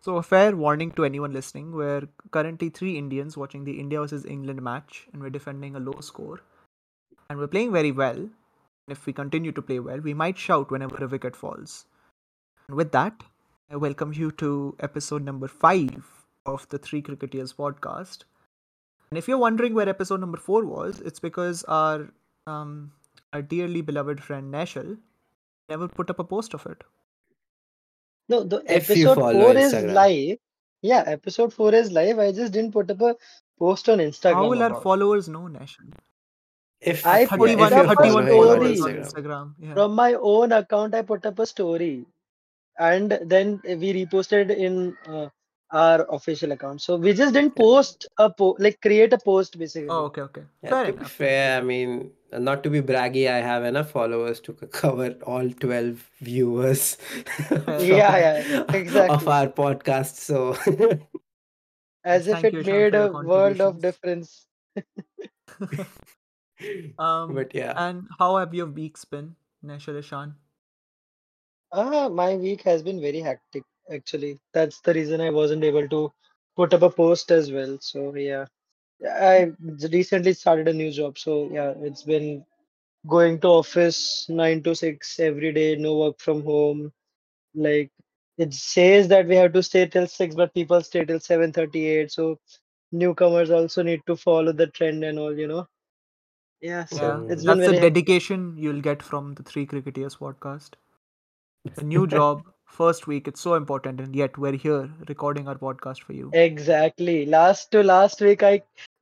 So, a fair warning to anyone listening we're currently three Indians watching the India versus England match, and we're defending a low score. And we're playing very well. And if we continue to play well, we might shout whenever a wicket falls. And with that, I welcome you to episode number five of the Three Cricketers podcast. And if you're wondering where episode number four was, it's because our um, our dearly beloved friend Nashal never put up a post of it. No, the If you episode follow four is Instagram. live. Yeah, episode four is live. I just didn't put up a post on Instagram. How will our about it. followers know, Nashal? If I yeah, if put it 31, up you're on 31 following story. on followers on Instagram. Instagram. Yeah. From my own account, I put up a story, and then we reposted in uh, our official account. So we just didn't Yeah. post a po- like create a post basically. Oh, okay, okay. Yeah, Fair to be enough. fair, I mean, not to be braggy, I have enough followers to c- cover all 12 viewers of Yeah, our- yeah, of exactly. our podcast. So, As if Thank it you, Ishan, for made your a world of contributions. difference. Um, Uh, but yeah, and how have your weeks been, Nashal Ishan? Ah, my week has been very hectic actually. That's the reason I wasn't able to put up a post as well. So yeah, I recently started a new job. So yeah, it's been going to office nine to six every day, no work from home. Like it says that we have to stay till six, but people stay till seven thirty-eight. So newcomers also need to follow the trend and all, you know. Yeah, so Yeah, it's that's been Mm. the very hectic. dedication you'll get from the Three Cricketers podcast. The new job, first week, it's so important, and yet we're here recording our podcast for you. Exactly. Last to last week, I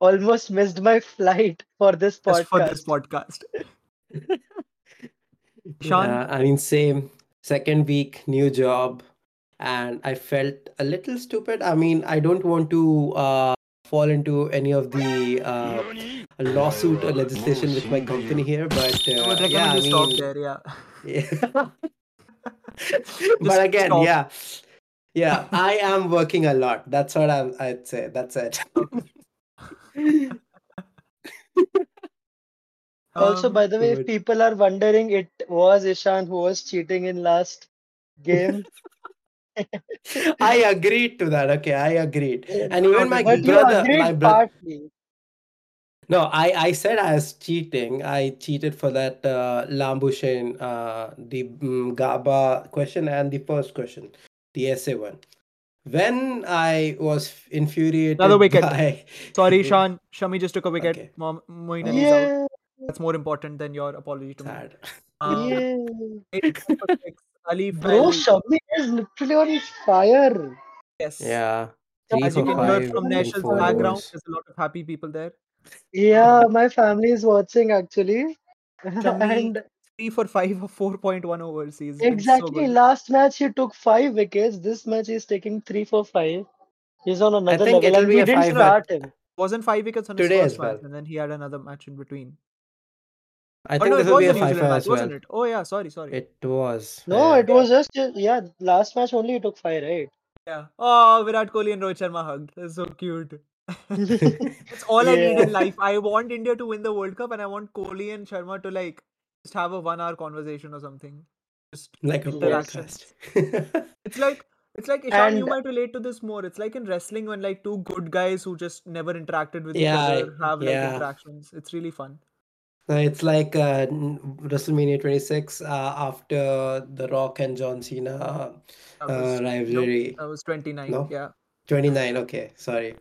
almost missed my flight for this Just for this podcast. podcast. Ishan, yeah, I mean, same second week, new job, and I felt a little stupid. I mean, I don't want to uh, fall into any of the uh, lawsuit or legislation with my company here, but I uh, would recommend yeah, I you stop mean, there, yeah. yeah. Just but again, stop. yeah, yeah, I am working a lot. That's what I'm, I'd say. That's it. Also, Um, by the way, if Good. people are wondering, it was Ishan who was cheating in last game. I agreed to that. Okay, I agreed. Eh, And even my But you brother, my agreed brother. partly. No, I, I said I was cheating. I cheated for that uh, Lambushin, uh, the mm, GABA question and the first question, the essay one. When I was Another infuriated wicket. by. Sorry, Ishan. Shami just took a wicket. Okay, Mo- Moeen Ali is out. Yeah, That's more important than your apology to me. sad. Um, yeah. eight for six. Ali fell. Bro, Shami is literally on fire. Yes. Yeah, Yeah, three As you for can hear five from in Nashal's four background, overs. there's a lot of happy people there. Yeah, my family is watching actually. Shami, And three for five of 4.1 overs. He's been so Exactly. good. Last match he took five wickets. This match he's taking three for five. He's on I another think level, it'll and be we a didn't five at start him. Wasn't five wickets on his today first as match, well. and then he had another match in between. I Oh think no, it this will was be a a New Zealand five match, as well. wasn't it? Oh yeah, sorry, sorry. It was. No, Yeah. it was just yeah. Last match only he took five, right? Yeah. Oh, Virat Kohli and Rohit Sharma hugged. That's so cute. That's all I need in Yeah, life. I want India to win the World Cup, and I want Kohli and Sharma to like just have a one-hour conversation or something. Just like a yes. interactions. podcast. It's like it's like Ishan, you And might relate to this more. It's like in wrestling when like two good guys who just never interacted with each yeah, other have like yeah. interactions. It's really fun. No, It's like uh, n- WrestleMania 26 uh, after The Rock and John Cena That uh, was Oh, nope. rivalry. That was twenty nine. No, Yeah, 29. Okay, sorry.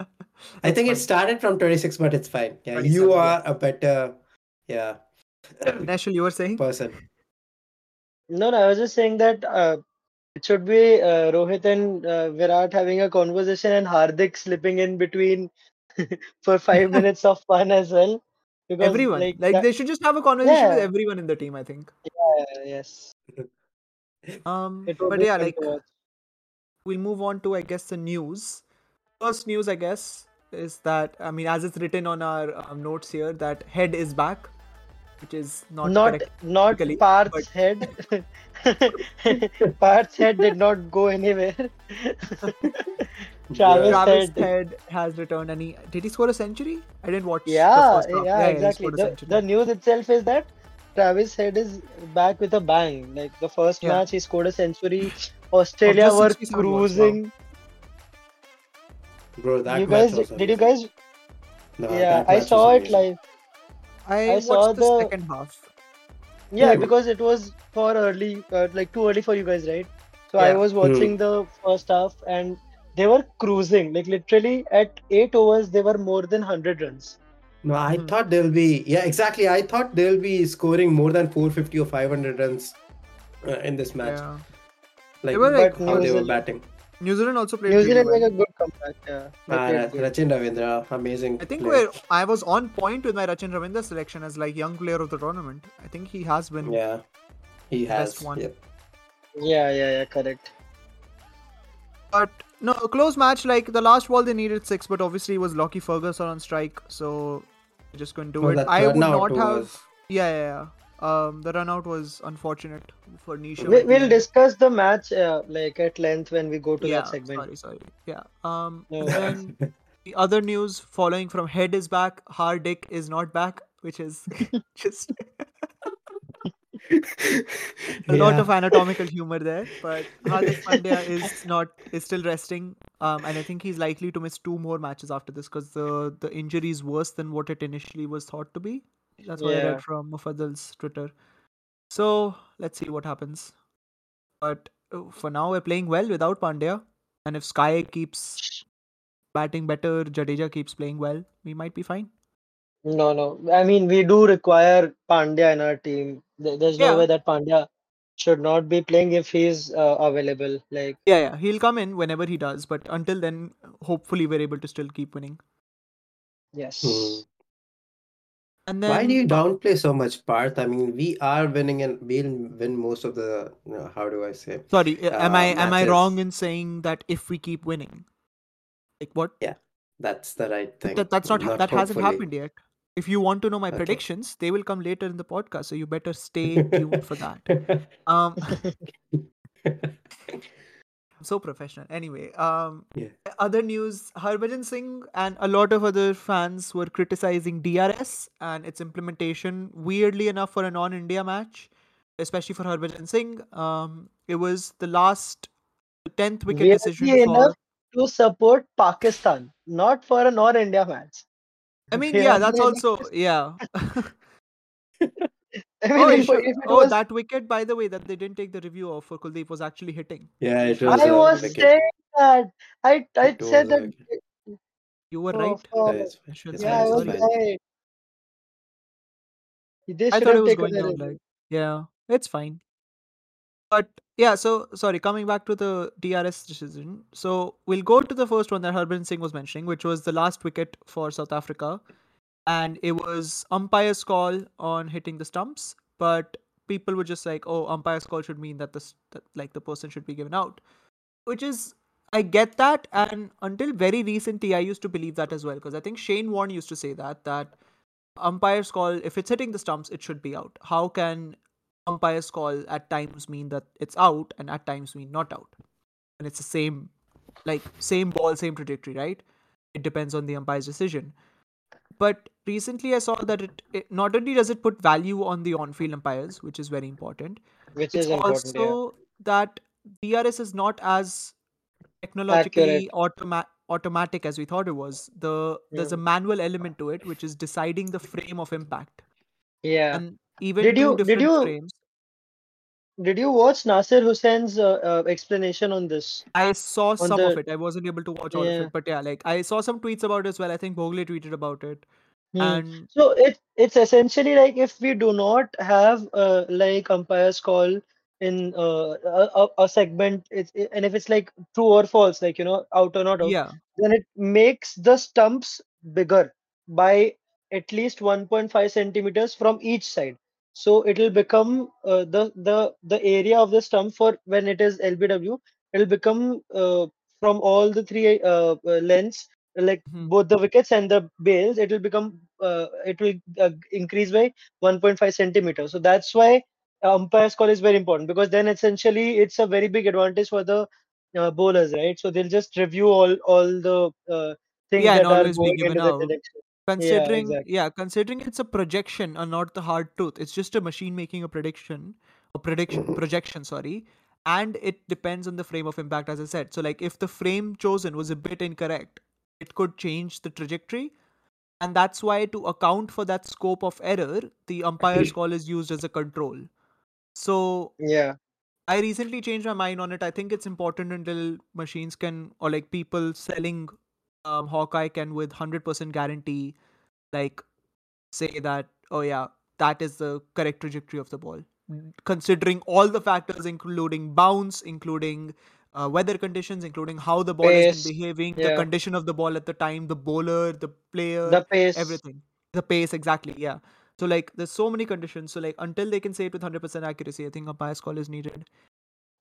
I that's think it fun. started from 26, but it's fine. Yeah, Twenty you seven. Yeah. are a better, yeah, Nashal, you were saying? person. no, no, I was just saying that uh, it should be uh, Rohit and uh, Virat having a conversation and Hardik slipping in between for five minutes of fun as well, because Everyone. like Like that. they should just have a conversation with Yeah, everyone in the team. I think. yeah, yes. Um, It would but be yeah, fun like to watch. we'll move on to I guess the news. First news, I guess, is that I mean, as it's written on our um, notes here, that head is back, which is not Not correct not legally, but Parth's head. Parth's head did not go anywhere. Yeah. Travis Travis head. Head has returned and he did he score a century? I didn't watch the Yeah, first half. yeah, Yeah, yeah, he exactly. scored a The century. the news itself is that Travis head is back with a bang. Like the first Yeah. match, he scored a century. Australia Of the were 67 was, wow. cruising. Bro, that You match guys, was did you amazing. guys? No, Yeah, that I match saw was it amazing. live. I, I watched saw the the- second half. Yeah, Yeah. because it was for early, uh, like too early for you guys, right? So I Yeah. was watching the first half and they were cruising. Like literally at eight overs, they were more than 100 runs. No, I Mhm. thought they'll be yeah, exactly. I thought they'll be scoring more than 450 or 500 runs uh, in this match. Yeah. Like They were like But New how they were Zealand, batting. New Zealand also played. New pretty Zealand well. made a good comeback. Yeah, They Ah, played Ra- good. Rachin Ravindra, amazing. I think player. where I was on point with my Rachin Ravindra selection as like young player of the tournament. I think he has been. yeah, he has. Best one. Yep. Yeah, yeah, yeah, correct. But no, a close match. Like the last ball, they needed six, but obviously it was Lockie Ferguson on strike, so they just couldn't do No, it. that I would not turnout have. was- Yeah, yeah, yeah. Um, the run out was unfortunate for Nisha. We, we'll discuss the match uh, like at length when we go to yeah, that segment. sorry, sorry. Yeah. Um. No. and then the other news following from head is back. Hardik is not back, which is just a lot Yeah. of anatomical humor there. But Hardik Pandya is not is still resting, um, and I think he's likely to miss two more matches after this because the the injury is worse than what it initially was thought to be. That's what I Yeah. read from Mufaddal's Twitter. So let's see what happens. But uh, for now, we're playing well without Pandya, and if Sky keeps batting better, Jadeja keeps playing well, we might be fine. No, no. I mean, we do require Pandya in our team. There- There's no Yeah. way that Pandya should not be playing if he's uh, available. Like, Yeah, yeah, he'll come in whenever he does, but until then, hopefully, we're able to still keep winning. yes. Hmm. And then Why do you downplay so much, Parth? I mean, we are winning and we'll win most of the. You know, how do I say? Sorry, uh, am I uh, am I wrong matches. in saying that if we keep winning, like what? That's the right thing. That, that's not, ha- that hasn't hopefully. happened yet. If you want to know my Okay. predictions, they will come later in the podcast, so you better stay tuned for that. Um, I'm so professional. Anyway, um, Yeah. other news: Harbhajan Singh and a lot of other fans were criticizing DRS and its implementation. Weirdly enough, for a non-India match, especially for Harbhajan Singh, um, it was the last the tenth wicket Weirdly decision enough, for. To support Pakistan, not for a non-India match. I mean, yeah, that's Weirdly also yeah. I mean, oh, if, Isha- if it oh, was, that wicket, by the way, that they didn't take the review of for Kuldeep was actually hitting. yeah, it was. I a was wicket. saying that. I I It said was a that. wicket. You were Oh, right. fuck. Yeah, it's fine. Should- It's yeah, I fine, it's was sorry. fine. right. I They should thought have it was taken going a down review. like yeah, it's fine. But yeah, so sorry, coming back to the DRS decision. So we'll go to the first one that Harbhajan Singh was mentioning, which was the last wicket for South Africa, and it was umpire's call on hitting the stumps. But people were just like, "Oh, umpire's call should mean that this that, like the person should be given out," which is I get that, and until very recently, I used to believe that as well because I think Shane Warne used to say that that umpire's call if it's hitting the stumps, it should be out. How can umpire's call at times mean that it's out and at times mean not out and it's the same like same ball same trajectory right it depends on the umpire's decision but recently i saw that it, it not only does it put value on the on-field umpires which is very important Which it's is important. yeah. also that DRS is not as technologically automa- automatic as we thought it was. The there's a Hmm. manual element to it, which is deciding the frame of impact. Yeah. And even Did two you- did different you- frames. Did you watch Nasir Hussain's uh, uh, explanation on this? I saw some of the- it. I wasn't able to watch all of Yeah. it, but yeah, like I saw some tweets about it as well. I think Bogle tweeted about it. Hmm. And So it it's essentially like if we do not have uh, like umpire's call in uh, a, a- a segment, it's, it- and if it's like true or false, like you know out or not out, yeah, then it makes the stumps bigger by at least 1.5 centimeters from each side. So it'll become uh, the the the area of the stump for when it is LBW, it'll become uh, from all the three uh, uh, lengths like Mhm. both the wickets and the bails it will become uh, it will uh, increase by 1.5 centimeters so that's why umpire's call is very important because then essentially it's a very big advantage for the uh, bowlers right so they'll just review all all the uh, things Yeah, and that are always be going given into the out. direction considering yeah, exactly. considering it's a projection and not the hard truth it's just a machine making a prediction a prediction projection sorry and it depends on the frame of impact as i said so like if the frame chosen was a bit incorrect it could change the trajectory and that's why to account for that scope of error the umpire's call is used as a control so Yeah. I recently changed my mind on it. I think it's important until machines can, or like people selling um, Hawkeye can with 100% guarantee, like say that, oh yeah, that is the correct trajectory of the ball. Mm-hmm. Considering all the factors, including bounce, including uh, weather conditions, including how the ball has Pace, been behaving, the yeah. condition of the ball at the time, the bowler, the player, The pace. uh, everything the pace exactly yeah so like there's so many conditions so like until they can say it with 100% accuracy i think a bias call is needed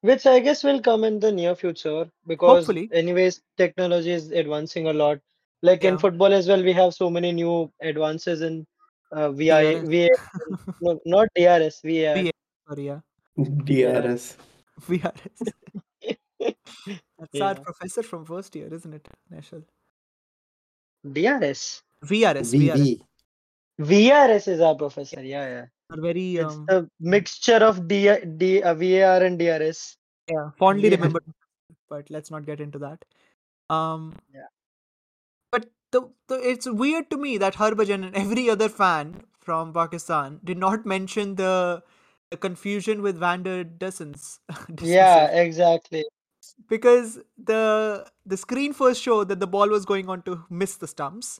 Which I guess will come in the near future because, hopefully anyways, technology is advancing a lot. Like in yeah football as well, we have so many new advances in uh, VI, drs VAR, no, not DRS, VAR. VA, sorry yeah Yeah. DRS. vrs that's our Yeah. professor from first year isn't it Nashal? DRS. vrs vrs VV. VRS is our professor. Yeah, yeah. are very It's um the mixture of D, D, uh, VAR and DRS. yeah fondly Yeah. remembered but let's not get into that um Yeah. but the, the it's weird to me that Harbhajan and every other fan from Pakistan did not mention the, the confusion with Vander Dessens Yeah, Dessensen exactly. because the the screen first showed that the ball was going on to miss the stumps,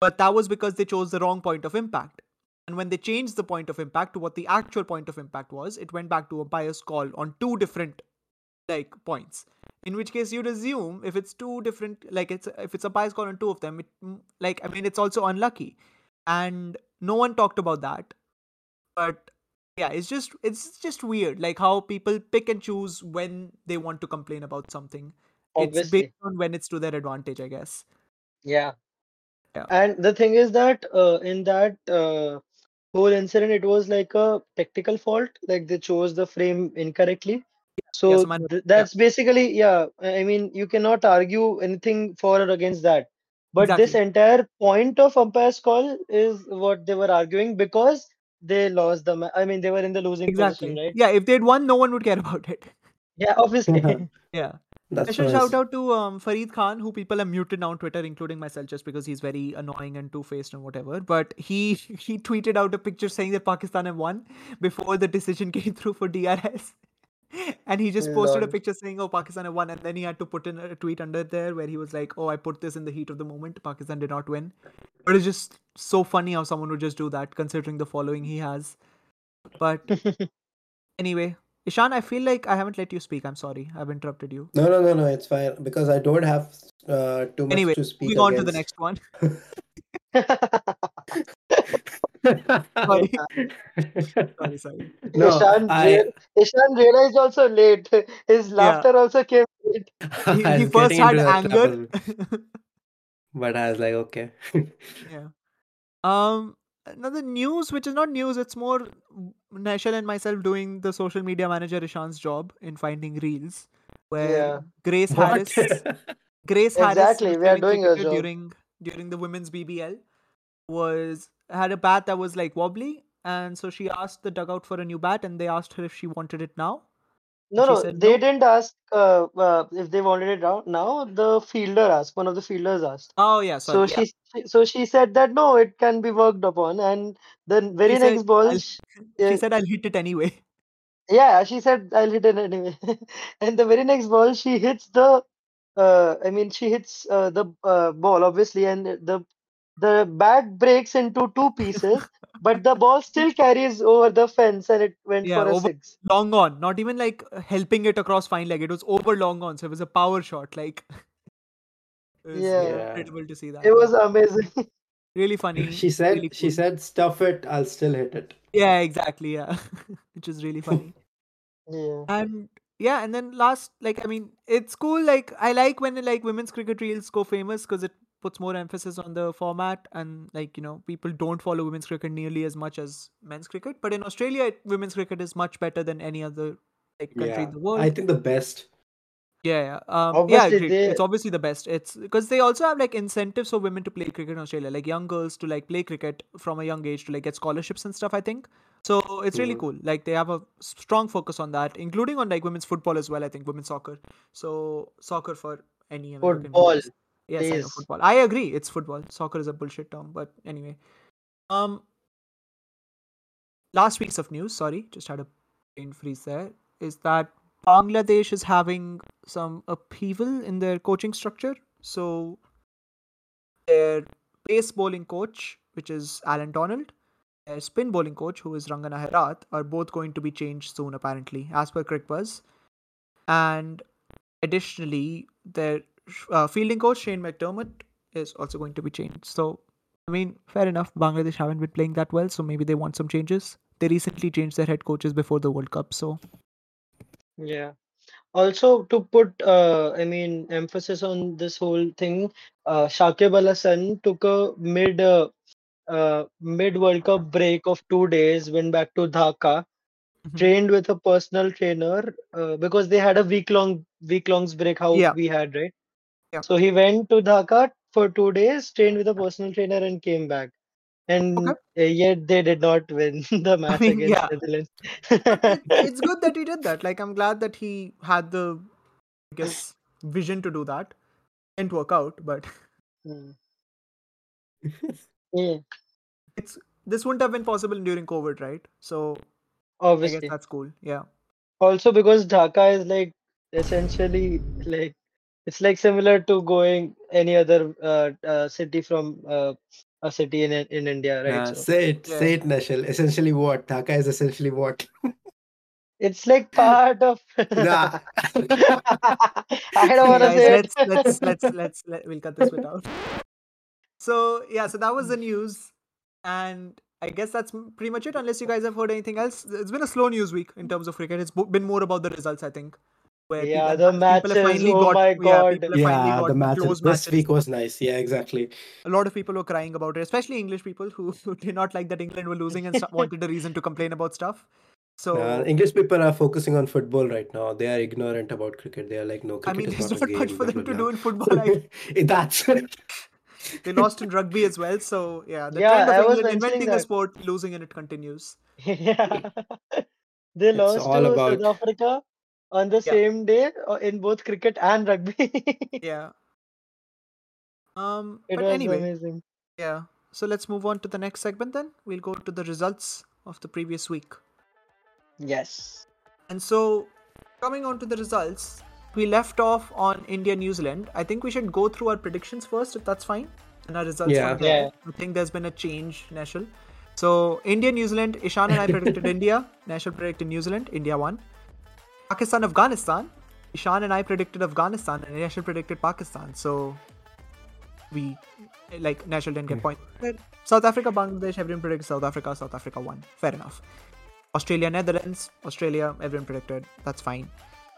but that was because they chose the wrong point of impact. And when they changed the point of impact to what the actual point of impact was, it went back to a bias call on two different like points. In which case, you'd assume if it's two different, like it's if it's a bias call on two of them, it mm, like I mean it's also unlucky, and no one talked about that. But yeah, it's just it's just weird, like how people pick and choose when they want to complain about something. It's based Obviously. on when it's to their advantage, I guess. Yeah. Yeah. And the thing is that uh, in that uh, whole incident, it was like a technical fault. Like they chose the frame incorrectly. Yeah. So So man, th yeah, that's basically, yeah. I I mean, you cannot argue anything for or against that. But this exactly. entire point of umpire's call is what they were arguing because they lost the ma I mean, they were in the losing position, Exactly. right? Yeah, if they'd won, no one would care about it. Yeah, obviously. Yeah. That's Special shout nice. out to um, Fareed Khan, who people have muted now on Twitter, including myself, just because he's very annoying and two faced and whatever. But he he tweeted out a picture saying that Pakistan have won before the decision came through for DRS. And he just posted a Lol. picture saying, "Oh, Pakistan have won," and then he had to put in a tweet under there where he was like, "Oh, I put this in the heat of the moment. Pakistan did not win." But it's just so funny how someone would just do that, considering the following he has. But anyway, Ishan, I feel like I haven't let you speak. I'm sorry, I've interrupted you. No, no, no, no. It's fine because I don't have uh, too much Anyway, to speak moving on to the against. next one. Yeah. Sorry, sorry, sorry. No, Ishan, I real, Ishan realized also late. His Yeah, laughter also came late. he, I he was first getting into had that anger. trouble, but I was like, okay. yeah. Um. Another news, which is not news, it's more w- Naishal and myself doing the social media manager Ishan's job in finding reels, where Yeah, Grace What? Harris, Grace Harris, exactly. the We are Australian doing our cricketer job. during during the women's BBL, was had a bat that was like wobbly, and so she asked the dugout for a new bat, and they asked her if she wanted it now, and No, she no, said they no. didn't ask uh, uh, if they wanted it out. Now the fielder asked. One of the fielders asked. Oh yeah, So sorry. Yeah, she, she- so she said that no, it can be worked upon. And the she very said next ball, I'll. sh She uh, said I'll hit it anyway. yeah, she said I'll hit it anyway. And the very next ball, she hits the. Uh, I mean, she hits uh, the uh, ball obviously, and the the bat breaks into two pieces, but the ball still carries over the fence and it went Yeah, for a over six. long on. Not even like uh, helping it across fine leg. It was over long on, so it was a power shot. Like it was uh, Yeah, Yeah. incredible to see that. it Yeah, was amazing. really funny, She said, really she cool. said, stuff it, I'll still hit it. Yeah, exactly. Yeah, which is really funny. Yeah, And yeah, and then last, like I mean, it's cool. Like I like when like women's cricket reels go famous because it puts more emphasis on the format and like you know people don't follow women's cricket nearly as much as men's cricket. But in Australia, it, women's cricket is much better than any other like country in Yeah. the I world. think the best. Yeah, yeah. Um, yeah, obviously agreed. they. It's obviously the best. It's because they also have like incentives for women to play cricket in Australia, like young girls to like play cricket from a young age to like get scholarships and stuff, I think. So it's really Mm-hmm. Mhm. cool. Like they have a strong focus on that, including on like women's football as well. I think women's soccer. So soccer for any American Football. viewers. Yes, I know Please. football. I agree. It's football. Soccer is a bullshit term, but anyway. Um. Last week's of news. Sorry, just had a brain freeze there. Is that Bangladesh is having some upheaval in their coaching structure? So their pace bowling coach, which is Alan Donald, their spin bowling coach, who is Rangana Herath, are both going to be changed soon, apparently, as per CricBuzz. And additionally, their uh, fielding coach, Shane McDermott, is also going to be changed. So, I mean, fair enough. Bangladesh haven't been playing that well, so maybe they want some changes. They recently changed their head coaches before the World Cup, so Yeah. Also, to put, uh, I mean, emphasis on this whole thing, uh, Shakib Al Hasan took a mid, uh, uh, mid World Cup break of two days, went back to Dhaka, Mhm. trained with a personal trainer, uh, because they had a week long, week longs break, how Yeah. we had, right? Yeah. So he went to Dhaka for two days, trained with a personal trainer, and came back. And uh, yet they did not win the match mean, against yeah. Netherlands. But it, it's good that he did that. Like, I'm glad that he had the, I guess, vision to do that. Didn't work out, but Mm. Yeah, it's this wouldn't have been possible during COVID, right? So I guess obviously. that's cool. Yeah. Also because Dhaka is like essentially like it's like similar to going any other uh, uh, city from uh, a city in in India, right? So Uh, say it, Yeah. say it, Nashal. Essentially, what Dhaka is essentially what? it's like part of. Nah. I don't want to Guys, say let's it. let's let's let's let, we'll cut this bit out. So yeah, so that was the news, and I guess that's m- pretty much it. Unless you guys have heard anything else, it's been a slow news week in terms of cricket. It's bo- been more about the results, I think. Where Yeah, people, the have- people have matches, finally oh got, my Yeah, God. people have finally yeah, got the match close this matches. week was nice. Yeah, exactly. A lot of people were crying about it, especially English people who, who did not like that England were losing and st- wanted a reason to complain about stuff. So Uh, English people are focusing on football right now. They are ignorant about cricket. They are like, no, I cricket mean, is there's not not a game. much for blah, them blah, to blah. do in football. I That's they lost in rugby as well. So yeah, the Yeah, trend of I was England mentioning inventing a that. sport, losing, and it continues. Yeah. They It's lost all to about. South Africa on the Yeah. same day uh, in both cricket and rugby. Yeah. Um. It But was anyway, amazing. yeah. So let's move on to the next segment. Then we'll go to the results of the previous week. Yes. And so, coming on to the results, we left off on India New Zealand. I think we should go through our predictions first, if that's fine, and our results Yeah. from there. Yeah. I think there's been a change, Nashal. So, India New Zealand, Ishan and I predicted India, Nashal predicted New Zealand, India won. Pakistan Afghanistan, Ishan and I predicted Afghanistan, and Nashal predicted Pakistan. So, we like Nashal didn't get points. South Africa, Bangladesh, everyone predicted South Africa, South Africa won. Fair enough. Australia, Netherlands, Australia, everyone predicted. That's fine.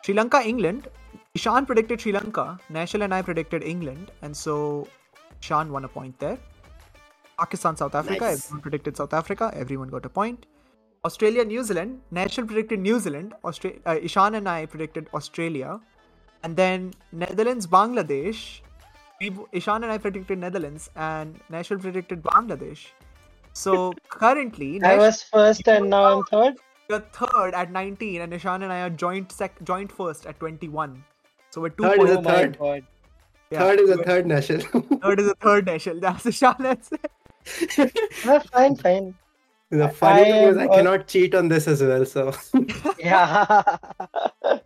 Sri Lanka, England. Ishan predicted Sri Lanka. Nashal and I predicted England. And so Ishan won a point there. Pakistan, South Africa. Nice. Everyone predicted South Africa. Everyone got a point. Australia, New Zealand. Nashal predicted New Zealand. Austra- uh, Ishan and I predicted Australia. And then Netherlands, Bangladesh. We, Ishan and I predicted Netherlands. And Nashal predicted Bangladesh. So currently, I Nashal- was first and now I'm third. you're third at 19, and Nishan and I are joint sec- joint first at 21. So we're two Third points. is Oh a my third. God. yeah. Third is a We're- third national. Third is a third, Nashal. That's Nishan. That's it. Well, Ah, fine, fine. the funny I thing is, am I al- cannot cheat on this as well. So Yeah.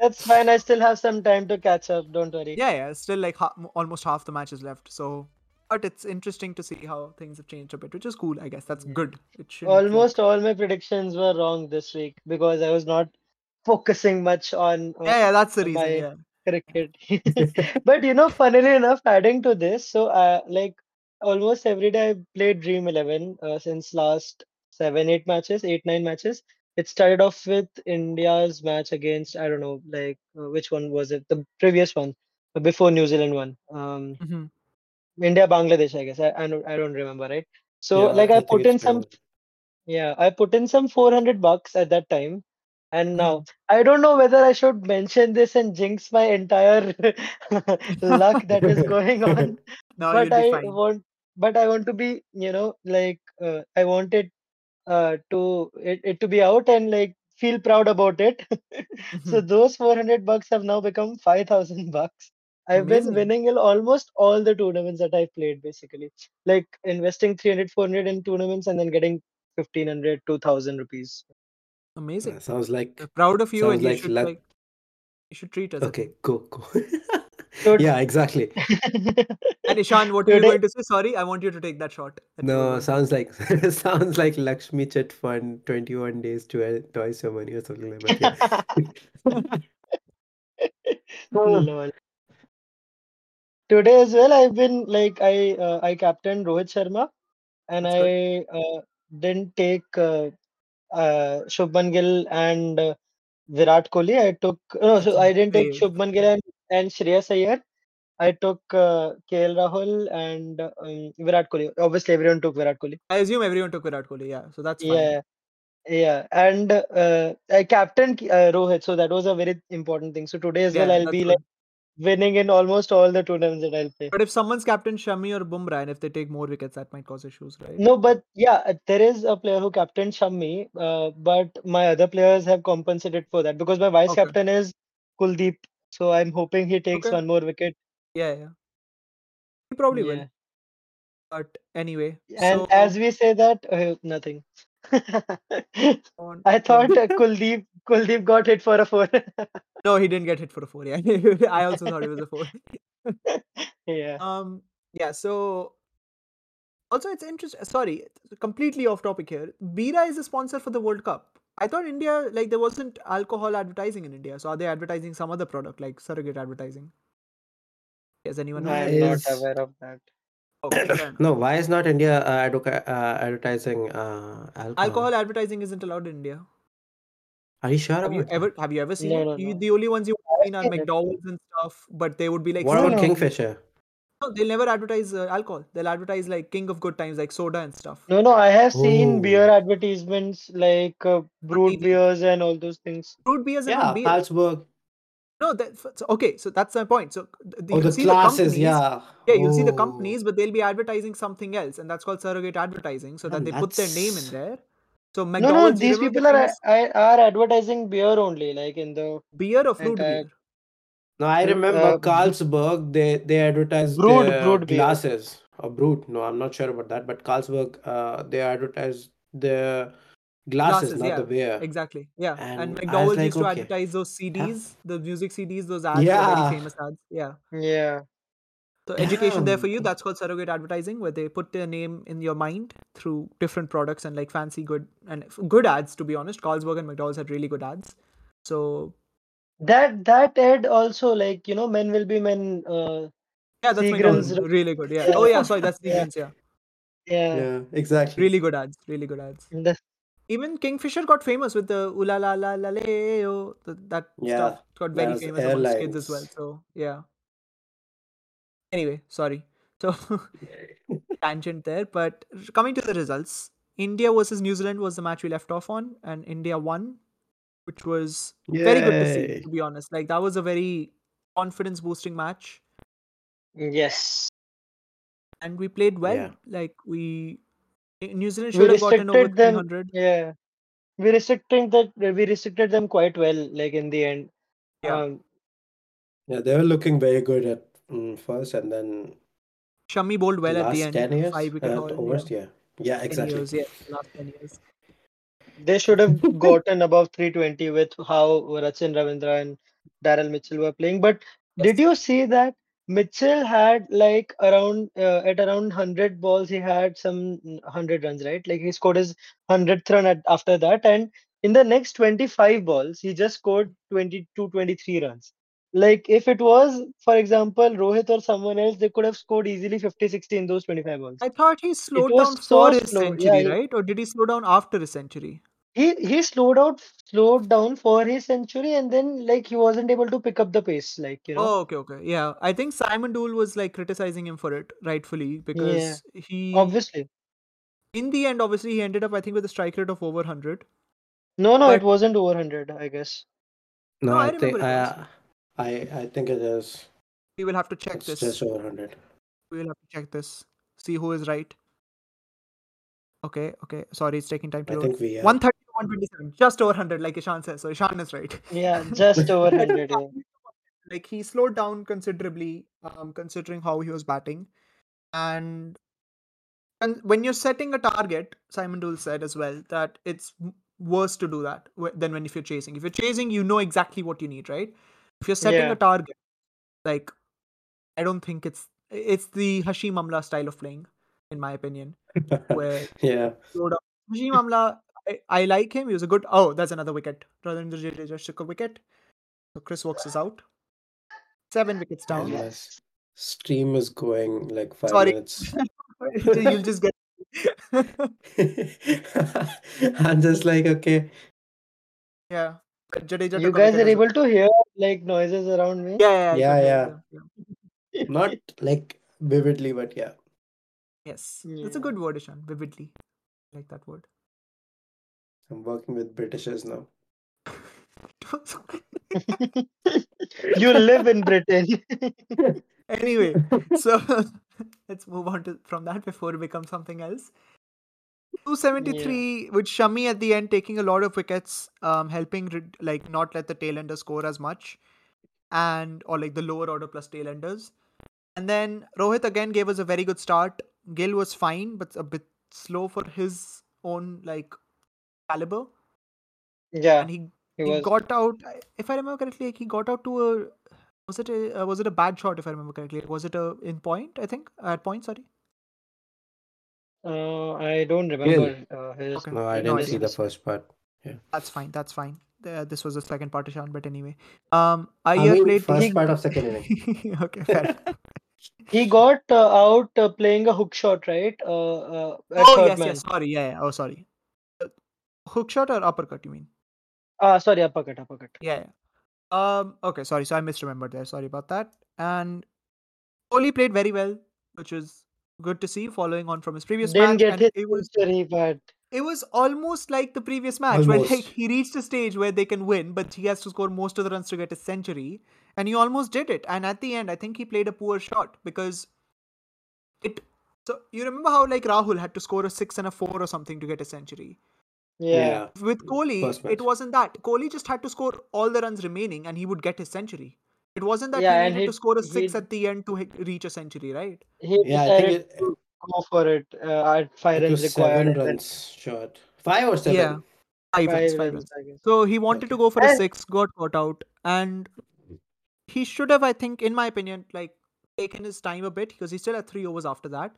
That's fine. I still have some time to catch up. Don't worry. Yeah, yeah. Still like ha- almost half the matches left. So, but it's interesting to see how things have changed a bit, which is cool. I guess that's good. It should Almost all my predictions were wrong this week because I was not focusing much on uh, Yeah, yeah. That's the reason. my Yeah. cricket. But you know, funnily enough, adding to this, so uh, like almost every day I played Dream 11 uh, since last seven, eight matches, eight, nine matches. It started off with India's match against, I don't know, like uh, which one was it? The previous one, uh, before New Zealand one. Um, Mhm. India, Bangladesh, I guess. I, I don't, I don't remember, right? So yeah, like I I think put in it's some been. yeah, I put in some 400 bucks at that time. Hmm. And now Mhm. I don't know whether I should mention this and jinx my entire luck that is going on, No, but you'll be I fine. want but I want to be, you know, like uh, I want it uh, to it, it to be out and like feel proud about it. Mm-hmm. so those 400 bucks have now become 5000 bucks. I've been Amazing. winning in almost all the tournaments that I've played basically. Like investing 300 400 in tournaments and then getting 1500 2000 rupees. Amazing. sounds like We're proud of you, and Sounds you like should luck. like you should treat us. I okay, think. go go. So- yeah, exactly. And Ishan, what were you Today- going to say? Sorry, I want you to take that shot. that you were No, going to- sounds like sounds like Lakshmi Chit Fund 21 days to uh, twice your money or something like that. yeah. Lol. Today as well, I've been like I uh, I captained Rohit Sharma, and That's I uh, didn't take uh, uh, Shubman Gill and uh, Virat Kohli. I took no, so That's I didn't take brave. Shubman Gill and and Shreyas Iyer. I took uh, KL Rahul and um, Virat Kohli. Obviously, everyone took Virat Kohli. I assume everyone took Virat Kohli. Yeah, so that's fine. Yeah, yeah, and uh, I captained K- uh, Rohit, so that was a very important thing. So today as well, Yeah, I'll that's be good. like winning in almost all the tournaments that I'll play. But if someone's captain Shami or Bumrah, and if they take more wickets, that might cause issues, right? No, but yeah, uh, there is a player who captained Shami, uh, but my other players have compensated for that because my vice Okay. captain is Kuldeep. So I'm hoping he takes Okay. one more wicket. Yeah, yeah. He probably Yeah. will. But anyway, And so as we say that, uh, nothing. on- I on- thought uh, Kuldeep Kuldeep got hit for a four. no, he didn't get hit for a four. Yeah, I also thought it was a four. Yeah. Um, yeah. So also, it's interesting. Sorry, it's completely off topic here. Bira is the sponsor for the World Cup. I thought India like there wasn't alcohol advertising in India, so are they advertising some other product like surrogate advertising? Does anyone know? I'm anything? not Is- aware of that. Okay, fair enough. No, why is not India uh, advoca- uh, advertising uh, alcohol? Alcohol advertising isn't allowed in India. Are you sure Have you about ever have you ever seen No, it? no, You, no. the only ones you I've have seen are seen it. McDonald's and stuff, but they would be that? like, What No, "Sir, about no. Kingfisher? no, they'll never advertise uh, alcohol. They'll advertise like King of Good Times, like soda and stuff. No, no, I have seen beer Oh. advertisements like uh, brewed Completely. beers and all those things. Fruit beers are Yeah, not beer. Salzburg. No, that, f- so- okay. So that's my point. So th- Oh, you'll the see the classes. companies. Yeah. Yeah, you'll see the Oh, companies, but they'll be advertising something else, and that's called surrogate advertising, so that man, they put their name in that's- there. So No, no, McDonald's, you these remember people are there was a- I- are advertising beer only, like in the beer or fruit entire beer? No, I Bru- remember uh, Carlsberg. They they advertise brewed their brewed beer. glasses or brewed. No, I'm not sure about that. But Carlsberg, uh, they advertise their glasses, Glasses, not yeah, the beer. exactly, yeah. And uh, And I was McDonald's like, used to okay, advertise those CDs, the music CDs, those ads, the very yeah, famous ads, yeah. Yeah. So education there for damn. you. That's called surrogate advertising, where they put their name in your mind through different products and like fancy good and f- good ads. To be honest, Carlsberg and McDonald's had really good ads. So That that ad also like, you know, men will be men uh yeah, that's Seagram's McDonald's. Really good. Yeah. yeah, Oh yeah. Sorry, that's yeah, Seagram's. Yeah. yeah. Yeah, exactly. uh, Really good ads. Really good ads. The- Even Kingfisher got famous with the ooh la la la la le oh, th- that stuff Yeah, got that very was famous amongst kids as well. airlines. So yeah. Anyway, sorry. So tangent there, but r- coming to the results, India versus New Zealand was the match we left off on, and India won, which was very good to see. Yay. To be honest, like that was a very confidence boosting match, Yes. and we played well. Yeah. Like we, I- New Zealand We should have gotten over restricted three them. hundred. Yeah. We restricted that we restricted them quite well, like in the end. Yeah, Um Yeah, they were looking very good at mm, first and then Shami bowled well at the last end, 10 years, five wicket uh, haul. Yeah, overs. Yeah. Yeah, ten exactly. years. Yeah, last ten years. They should have gotten above 320 with how Rachin Ravindra and Daryl Mitchell were playing. But Yes. did you see that Mitchell had like around uh, at around 100 balls, he had some 100 runs, right? Like he scored his 100th run at, after that. And in the next 25 balls, he just scored 22, 23 runs. Like if it was, for example, Rohit or someone else, they could have scored easily 50, 60 in those 25 balls. I thought he It slowed down was for so his slow. Yeah, century, it- right? Or did he slow down after his century? he he slowed out slowed down for his century and then like he wasn't able to pick up the pace like you know Oh, okay, okay. Yeah. I think Simon Dool was like criticizing him for it, rightfully, yeah because he, obviously in the end, obviously, he ended up, I think, with a strike rate of over 100. no no it But wasn't over 100 i guess No, no, I I remember think it was. I, I, I think it is. We will have to check It's just this. over 100. We will have to check this, see who is right. Okay, okay. Sorry, it's taking time to I load. think we are. 130 127, just over 100, like Ishan says. So Ishan is right. Yeah, just over 100. Yeah. Like he slowed down considerably, um, considering how he was batting, and and when you're setting a target, Simon Dool said as well that it's w- worse to do that wh- than when if you're chasing. If you're chasing, you know exactly what you need, right? If you're setting Yeah. a target, like I don't think it's it's the Hashim Amla style of playing, in my opinion, where yeah. Najim Amla, I, I like him. He was a good. Oh, that's another wicket. Ravindra Jadeja took a wicket. So Chris Wokes is out. Seven wickets down. Yeah. Yes. Stream is going like five Sorry. minutes. You'll just get. I'm just like, okay. yeah. Jadeja. took You a guys wicket as are well. able to hear like noises around me? Yeah, yeah, I Yeah, can hear yeah. you, Not like vividly, but yeah. Yes, that's a Yeah. good word, Ishan. Vividly, I like that word. I'm working with Britishers now. you live in Britain. anyway, so let's move on to from that before it becomes something else. 273 with Shami at the end taking a lot of wickets, um, helping rid- like not let the tailender score as much, and or like the lower order plus tailenders. And then Rohit again gave us a very good start. Gill was fine, but a bit slow for his own like caliber, yeah, and he he he was. got out I- if i remember correctly like, he got out to a was it a uh, was it a bad shot if i remember correctly was it a in point i think at point sorry Uh, I don't remember uh, his. Okay. No, I No, didn't I see think the it's- first part. that's fine that's fine The- this was the second partition but anyway um I, Iyer mean, played first part of second inning. okay fair enough. He got uh, out uh, playing a hook shot, right? Uh, uh, at oh third yes man. yes sorry yeah, yeah. oh sorry Uh, hook shot or uppercut you mean Ah, sorry, uppercut, uppercut. yeah, yeah. um okay sorry so i misremembered there sorry about that and Kohli played very well which is good to see following on from his previous Didn't match get and his it was century, but it was almost like the previous match where like Almost. he reached a stage where they can win but he has to score most of the runs to get a century and he almost did it and at the end i think he played a poor shot because it so you remember how like rahul had to score a 6 and a 4 or something to get a century yeah, with Kohli First match. it wasn't that Kohli just had to score all the runs remaining and he would get his century it wasn't that Yeah, he and needed to he- score a he- 6 at the end to hit, reach a century right he Yeah, I decided think it, to go for it uh, at five it runs was required. seven and then runs short. Five or seven? Yeah. five, runs Five five runs, runs I guess. so he wanted to Okay. go for a And- 6 got caught out and he should have, I think, in my opinion, like taken his time a bit because he still had three overs after that.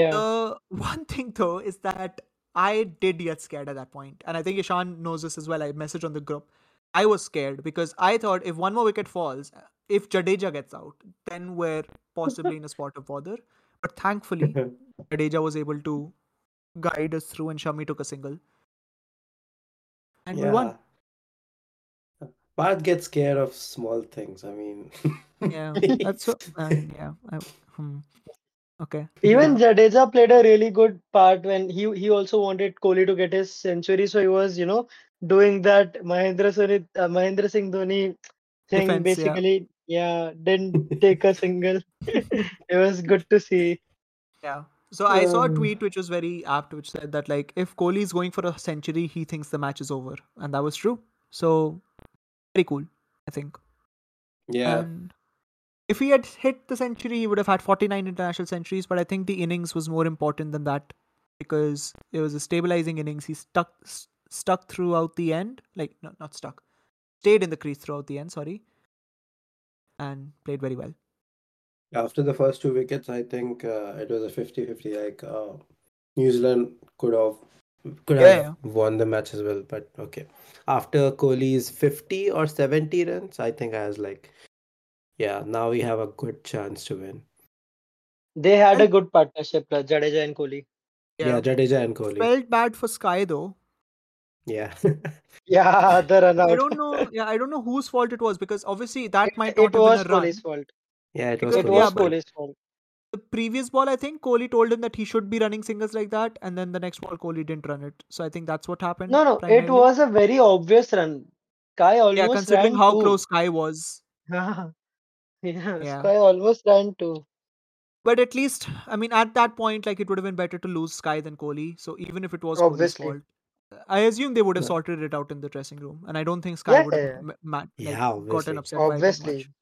Yeah, The one thing though is that I did get scared at that point, and I think Ishan knows this as well. I messaged on the group. I was scared because I thought if one more wicket falls, if Jadeja gets out, then we're possibly in a spot of bother. But thankfully, Jadeja was able to guide us through, and Shami took a single, and we won. Bharat gets scared of small things. I mean, Yeah, that's so. Um, yeah. I, hmm. Okay. even Jadeja played a really good part when he he also wanted Kohli to get his century, so he was you know doing that Mahendra Soni, uh, Mahendra Singh Dhoni thing Defense, yeah. basically. Yeah, didn't take a single. it was good to see. Yeah. So I saw a Um, tweet which was very apt, which said that like if Kohli is going for a century, he thinks the match is over, and that was true. So very cool, I think. yeah, And if he had hit the century, he would have had 49 international centuries. But I think the innings was more important than that because it was a stabilizing innings. He stuck s- stuck throughout the end, like not not stuck, stayed in the crease throughout the end. Sorry, and played very well. after the first two wickets, I think uh, it was a 50-50. Like uh, New Zealand could have could Yeah, have won the match as well, but okay. After Kohli's 50 or 70 runs, I think I was like, yeah, now we have a good chance to win. They had a And- good partnership, uh, Jadeja and Kohli. Yeah, Jadeja and Kohli. Felt bad for Sky though yeah. Yeah, the run out. I don't know. Yeah, I don't know whose fault it was because obviously that might It not was have been a run. Kohli's fault. yeah, it was Because- It was Kohli's yeah, fault. Kohli's fault. The previous ball, I think Kohli told him that he should be running singles like that, and then the next ball Kohli didn't run it. So I think that's what happened. No, no, it primarily. was a very obvious run. Sky almost Yeah, considering ran how two. close Sky was. yeah, Yeah. Sky almost ran two. But at least, I mean, at that point, like it would have been better to lose Sky than Kohli. So even if it was Kohli's Obviously. fault, I assume they would have Yeah. sorted it out in the dressing room, and I don't think Sky Yeah, would have yeah, yeah. ma- ma- like, Yeah, gotten obviously. upset. by it that Obviously. much.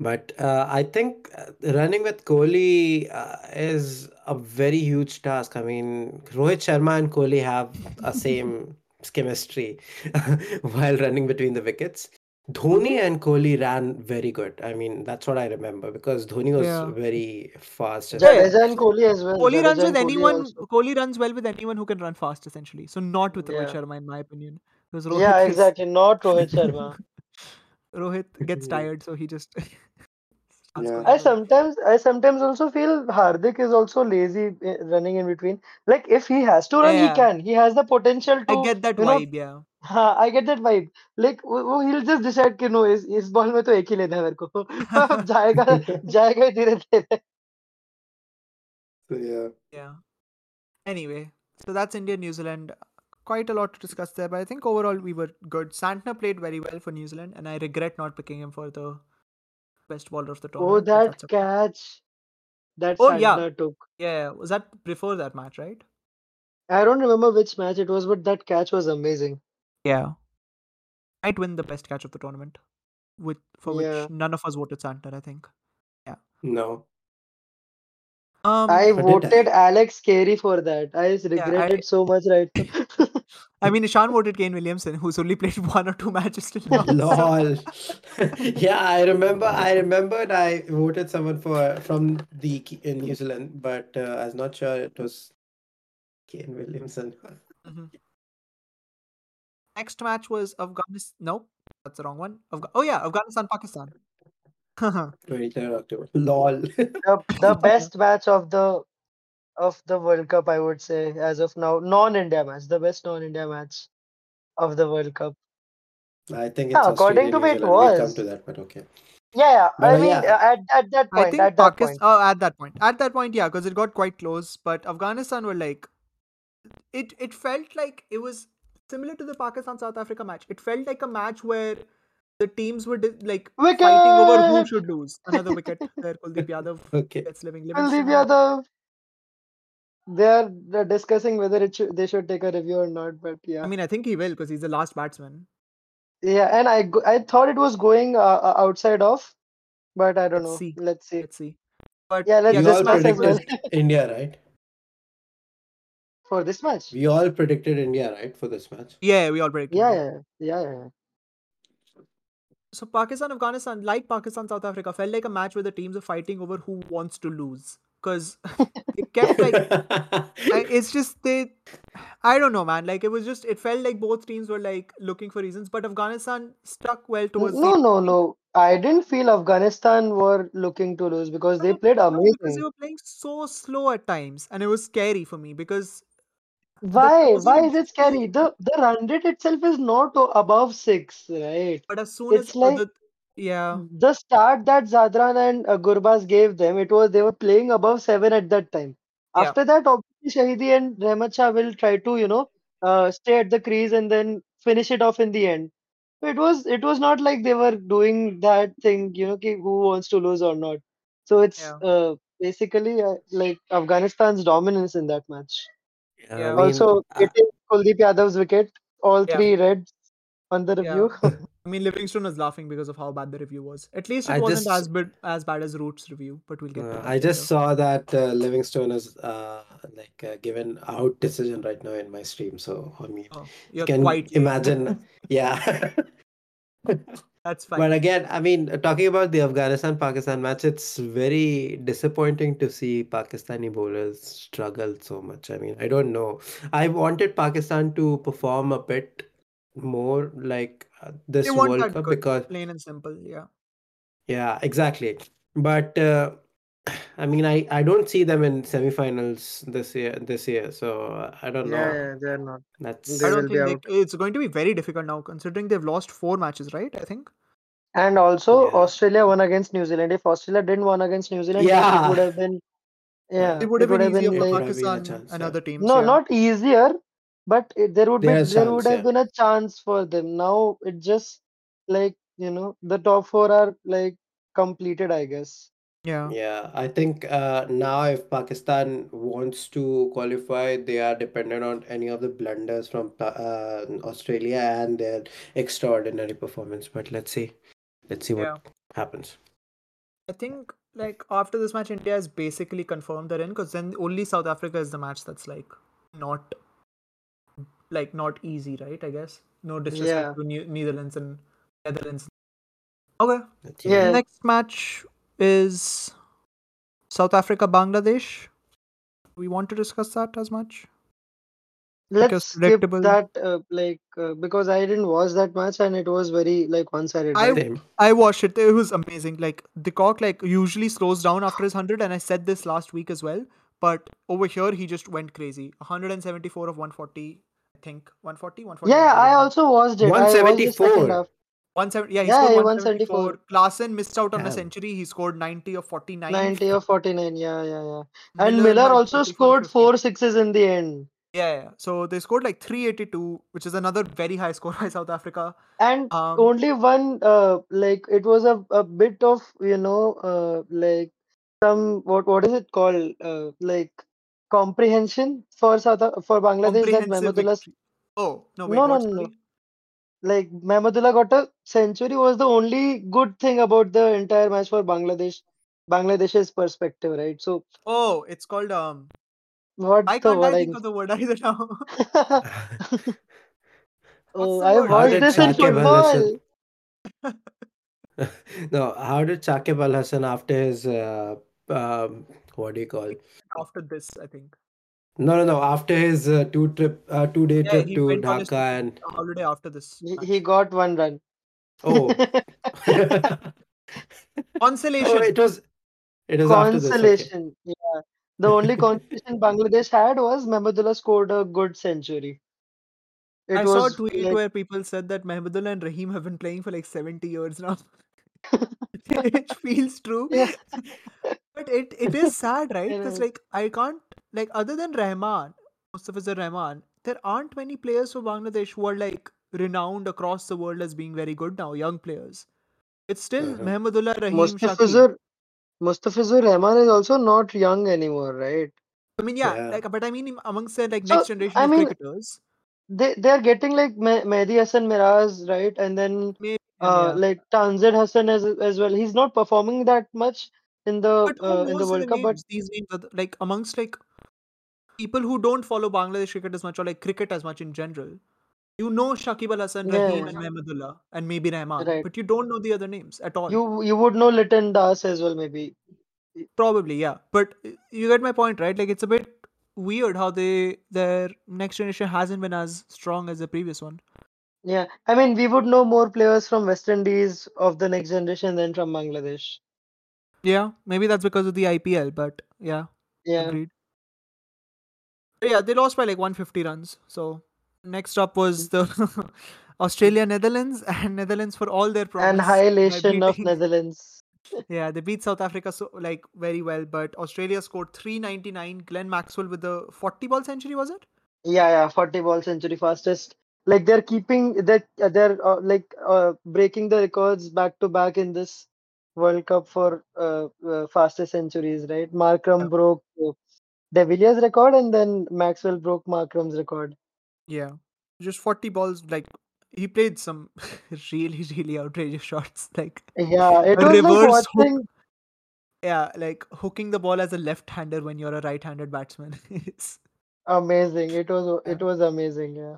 But uh, I think uh, running with Kohli uh, is a very huge task. I mean, Rohit Sharma and Kohli have a same chemistry while running between the wickets. Dhoni and Kohli ran very good. I mean, that's what I remember because Dhoni was Yeah. very fast. and Yeah, Jadeja and Kohli as well. Kohli Jadeja runs and with anyone. also. Kohli runs well with anyone who can run fast, essentially. So not with Rohit Yeah. Sharma, in my opinion, because Yeah, Rohit is- exactly. Not Rohit Sharma. Rohit gets Mhm. tired, so he just. starts Yeah. going Mm-hmm. I on. sometimes I sometimes also feel Hardik is also lazy i- running in between. Like if he has to run, Yeah. he can. He has the potential to. I get that you know, vibe, yeah. हाँ I get that vibe. Like वो वो he'll just decide कि no इस इस ball में तो एक ही लेना है मेरे को. अब जाएगा जाएगा ही धीरे धीरे. Yeah. Yeah. Anyway, so that's India New Zealand. Quite a lot to discuss there, but I think overall we were good. Santner played very well for New Zealand, and I regret not picking him for the best bowler of the Oh tournament. but that that's okay. catch that Oh, yeah. Santner took. Yeah, was that before that match, right? I don't remember which match it was, but that catch was amazing. Yeah. Might win the best catch of the tournament, with for Yeah. which none of us voted Santner, I think. No. Um, I But it- voted Alex Carey for that. I just Yeah, I- regret it so much right now. I mean, Ishan voted Kane Williamson, who's only played one or two matches till now. so- Lol. yeah, I remember. I remembered. I voted someone for from the K- in New Zealand, but uh, I was not sure it was Kane Williamson. Mhm. Next match was Afghanistan. No, that's the wrong one. Afga- oh yeah, Afghanistan Pakistan. Twenty third October. Lol. the, the best match of the of the World Cup, I would say, as of now, non-India match, the best non-India match of the World Cup. I think it's Yeah, according Australia, to New me, it Zealand. We'll come was. to that, but okay. Yeah, yeah. But, I uh, mean, yeah. uh, at at that I point, think at that Pakistan. point, Oh, at that point, at that point, yeah, because it got quite close. But Afghanistan were like, it. It felt like it was similar to the Pakistan South Africa match. It felt like a match where the teams were di- like fighting over who Wicket! should lose. Another wicket there, Kuldeep Yadav Okay. gets living Kuldeep Livingston. Yadav. They are they're discussing whether it should, they should take a review or not, but yeah, I mean, I think he will because he's the last batsman. yeah. And I go- I thought it was going uh, uh, outside off, but I don't Let's know. see. Let's see. Let's see. But Yeah, let's yeah, We this all discuss match as well was predicted India, right? for this match. We all predicted India, right, for this match. yeah, we all break. Yeah, yeah, yeah, yeah. yeah. So Pakistan Afghanistan, like Pakistan South Africa, felt like a match where the teams are fighting over who wants to lose because they kept like I- it's just they I don't know, man. Like it was just it felt like both teams were like looking for reasons, but Afghanistan stuck well towards No, the no, no. I didn't feel Afghanistan were looking to lose because they played No, because they amazing. were playing so slow at times, and it was scary for me because Why? closer Why it is it gets to- scary? The the run rate itself is not o- above six, right? but as soon as It's like other yeah the start that Zadran and uh, Gurbaz gave them. It was they were playing above seven at that time. Yeah. After that, obviously Shahidi and Rehmat Shah will try to you know uh, stay at the crease and then finish it off in the end. It was it was not like they were doing that thing you know ki who wants to lose or not. So it's Yeah. uh, basically uh, like Afghanistan's dominance in that match. I mean, Also, uh, it is Kuldeep Yadav's wicket, all Yeah. three reds on the Yeah. review. I mean, Livingston was laughing because of how bad the review was. At least it I wasn't just- as bad as bad as Root's review, but we'll get. to Uh, that I just later. saw that uh, Livingstone is uh, like uh, given out decision right now in my stream. So I mean, Oh, you you're can quite. late. imagine, yeah. That's fine. but again, I mean, uh, talking about the Afghanistan-Pakistan match, it's very disappointing to see Pakistani bowlers struggle so much. I mean, I don't know. I wanted Pakistan to perform a bit more like uh, they this want World that Cup good, because plain and simple. Yeah. yeah, exactly. But uh, I mean, I I don't see them in semifinals this year. This year, so uh, I don't know. yeah, they're not. That's I They don't will be think they, it's going to be very difficult now, considering they've lost four matches, right? I think. And also, Yeah. Australia won against New Zealand. If Australia didn't won against New Zealand, then it Yeah. would have been yeah, It would have been easier been for like like- It would have been a Pakistan chance, and yeah. other teams. no, yeah. not easier, but it, there would be There's there would chance, have yeah. been a chance for them. Now it just like you know the top four are like completed, I guess. Yeah. Yeah, I think uh, now if Pakistan wants to qualify, they are dependent on any of the blunders from Pa- uh, Australia and their extraordinary performance. But let's see, let's see what Yeah. happens. I think like after this match, India is basically confirmed they're in because then only South Africa is the match that's like not like not easy, right? I guess no disrespect Yeah. to New- Netherlands and Netherlands. Okay, Let's see. Yeah. next match is South Africa Bangladesh. We want to discuss that as much. Let's skip predictable- that, uh, like, uh, because I didn't watch that much and it was very, like, one-sided. I- right? Same. I watched it. It was amazing. Like the cock like usually slows down after his hundred, and I said this last week as well. But over here he just went crazy. 174 of 140, I think. 140, 140. Yeah, I also watched it. I watched the second 174. half. 170. Yeah, he Yeah, scored he 174. 174. Klassen missed out on a Damn. century. He scored 90 of 49. 90 or 49. Yeah, yeah, yeah. And Miller Miller, had also 44, scored 50. four sixes in the end. Yeah, yeah. So they scored like 382, which is another very high score by South Africa. And Um, only one, uh, like, it was a, a bit of, you know, uh, like, some, what what is it called? Uh, like, comprehension for South, Af- for Bangladesh that comprehensive Mehmudullah, victory. Oh no! Wait, No, no, what? no, no. sorry? like, Mehmudullah got a century was the only good thing about the entire match for Bangladesh, Bangladesh's perspective, right? So, Oh, it's called um. what I the can't I word I think of the word either now. Oh, the I word? How watched did this in Shakib Al Hasan- football. no, how did Shakib Al Hassan after his uh, um, what do you call? after this, I think. No, no, no. After his uh, two trip, uh, two day Yeah, trip he to went on his Dhaka and A holiday after this. Uh, He, match. he got one run. oh, Consolation. oh, it was, it was after this. Okay. Consolation. Yeah. The only consolation Bangladesh had was Mehmudullah scored a good century. It I saw a was tweet like, where people said that Mehmudullah and Raheem have been playing for like 70 years now. it feels true. yeah, But it, it is sad, right? you Because know, like I can't like other than Rahman, Mustafizur Rahman, there aren't many players for Bangladesh who are like renowned across the world as being very good now, young players. It's still Uh-huh. Mehmudullah, Raheem, Shakib. Mustafizur Mustafizur Rahman is also not young anymore, right? I mean, yeah, Yeah. like, but I mean, im- amongst the like So next generation I of mean, cricketers, they they are getting like Me- Mehdi Hassan Miraz, right? And then maybe him, uh yeah. like Tanzid Hassan as as well. He's not performing that much in the But who uh, in the knows the World Cup, but names? These names are the- like amongst like people who don't follow Bangladesh cricket as much or like cricket as much in general. You know Shakib Al Hasan, Raheem, yeah, and Mehmudullah, and maybe Rahman, right. but you don't know the other names at all. You you would know Litin Das as well, maybe. Probably, yeah. But uh, you get my point, right? Like it's a bit weird how they their next generation hasn't been as strong as the previous one. Yeah, I mean, we would know more players from West Indies of the next generation than from Bangladesh. Yeah, maybe that's because of the IPL, but yeah, Yeah, agreed. But yeah, they lost by like 150 runs. So next up was the Australia Netherlands and Netherlands for all their promise by annihilation of beating. Netherlands. Yeah, they beat South Africa so like very well, but Australia scored 399. Glenn Maxwell with the 40 ball century was it? Yeah, yeah, 40 ball century fastest. Like they're keeping that they're, they're uh, like uh, breaking the records back to back in this World Cup for uh, uh, fastest centuries, right? Markram Yeah. broke uh, De Villiers' record and then Maxwell broke Markram's record. Yeah. Just 40 balls like he played some really really outrageous shots like Yeah, it a was like reverse hook. watching. Yeah, like hooking the ball as a left-hander when you're a right-handed batsman. It's- Amazing. It was yeah. it was amazing, yeah.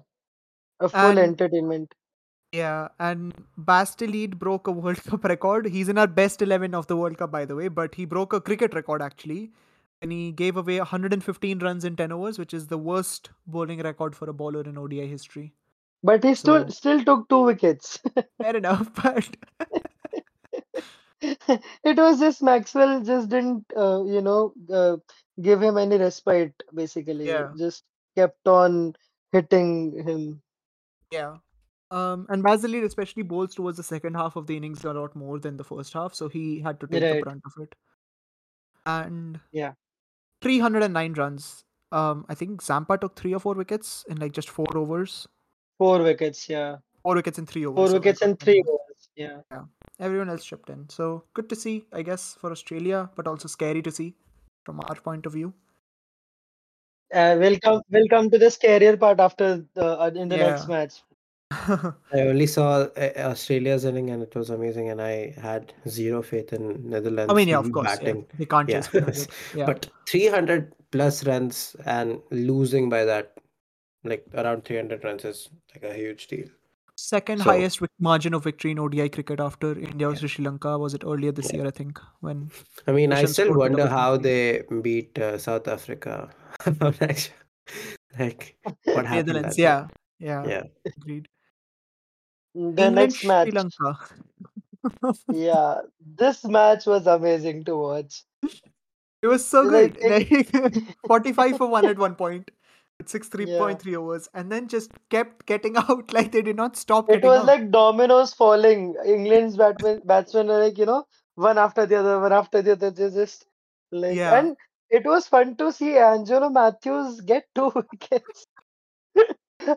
A full And entertainment. Yeah, and Bastilleed broke a World Cup record. He's in our best 11 of the World Cup, by the way, but he broke a cricket record actually. And he gave away 115 runs in 10 overs, which is the worst bowling record for a bowler in ODI history. But he still So, still took two wickets. fair enough, but It was just Maxwell just didn't uh, you know uh, give him any respite basically. yeah, Just kept on hitting him. yeah. Um, and Bastilleed especially bowls towards the second half of the innings a lot more than the first half, so he had to take the Right. brunt of it. And Yeah. 309 runs. Um, I think Zampa took three or four wickets in like just four overs. Four wickets, yeah. four wickets in three overs. Four So I wickets got and them three both. overs. Yeah. Everyone else chipped in. So good to see, I guess, for Australia, but also scary to see from our point of view. Uh, we'll come. We'll come to the scarier part after the uh, in the next Yeah. match. I only saw uh, Australia's inning and it was amazing, and I had zero faith in Netherlands. I mean, yeah, of even course, yeah. batting. they can't Yeah. chase behind it. Yeah. But 300 plus runs and losing by that, like around 300 runs, is like a huge deal. Second So- highest vic- margin of victory in ODI cricket after India versus Sri Lanka was it earlier this Yeah. year I think when I mean, I Russian still scored the wonder double how they beat uh, South Africa. like, like, what happened? Netherlands that day? yeah yeah Yeah. agreed The England next match. Sri Lanka Yeah, this match was amazing to watch. it was so Like, good like, 45 for one at one point with six three Yeah. point three overs and then just kept getting out like they did not stop It getting was out like dominoes falling. England's batman batsmen were like, you know, one after the other, one after the other. They just like, Yeah. and it was fun to see Angelo Matthews get two wickets.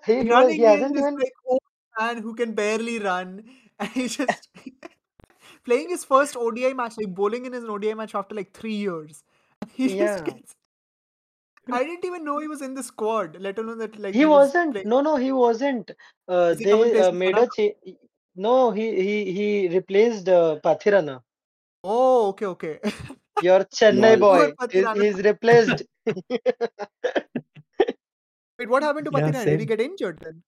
he, was, he running in hasn't this even. like old man who can barely run and he just playing his first ODI match, like bowling in his ODI match after like three years. And He just Yeah. gets I didn't even know he was in the squad, let alone that like He, wasn't. playing. No, no, he wasn't. Uh, Is he coming they to uh, Ismail made a Rana? change. No, he he he replaced uh, Pathirana. Oh, okay, okay. Your Chennai Poor Lol. boy. He, Pathirana. he's replaced. Wait, what happened to Yeah, Patirana? Did he same. get injured then?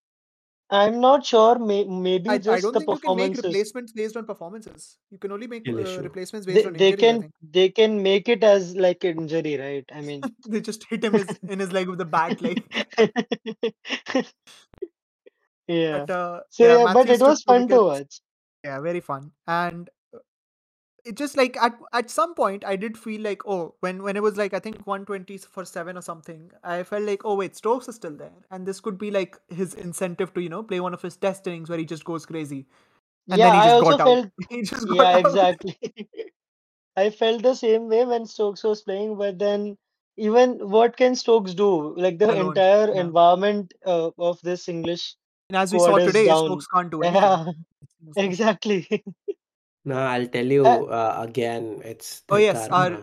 I'm not sure. May, maybe I, I just don't the think you can make performances. replacements based on performances. You can only make Real uh, issue. replacements based They on they injuries, I can think. they can make it as like injury, right? I mean, They just hit him his, in his leg with the bat, like. yeah. But uh, So yeah, yeah, but Matthews it took was two fun to wickets. watch. Yeah, very fun. And uh, it just like at at some point I did feel like oh when when it was like I think 120 for 7 or something I felt like oh wait Stokes is still there and this could be like his incentive to you know play one of his test innings where he just goes crazy and Yeah, then he I just also got out felt he just got yeah, out exactly. I felt the same way when Stokes was playing, but then even what can Stokes do? Like the alone entire yeah environment uh, of this English and as we saw squad is today down. Stokes can't do anything Yeah, exactly. No, I'll tell you Uh, uh, again. It's Eh. oh the yes our karma.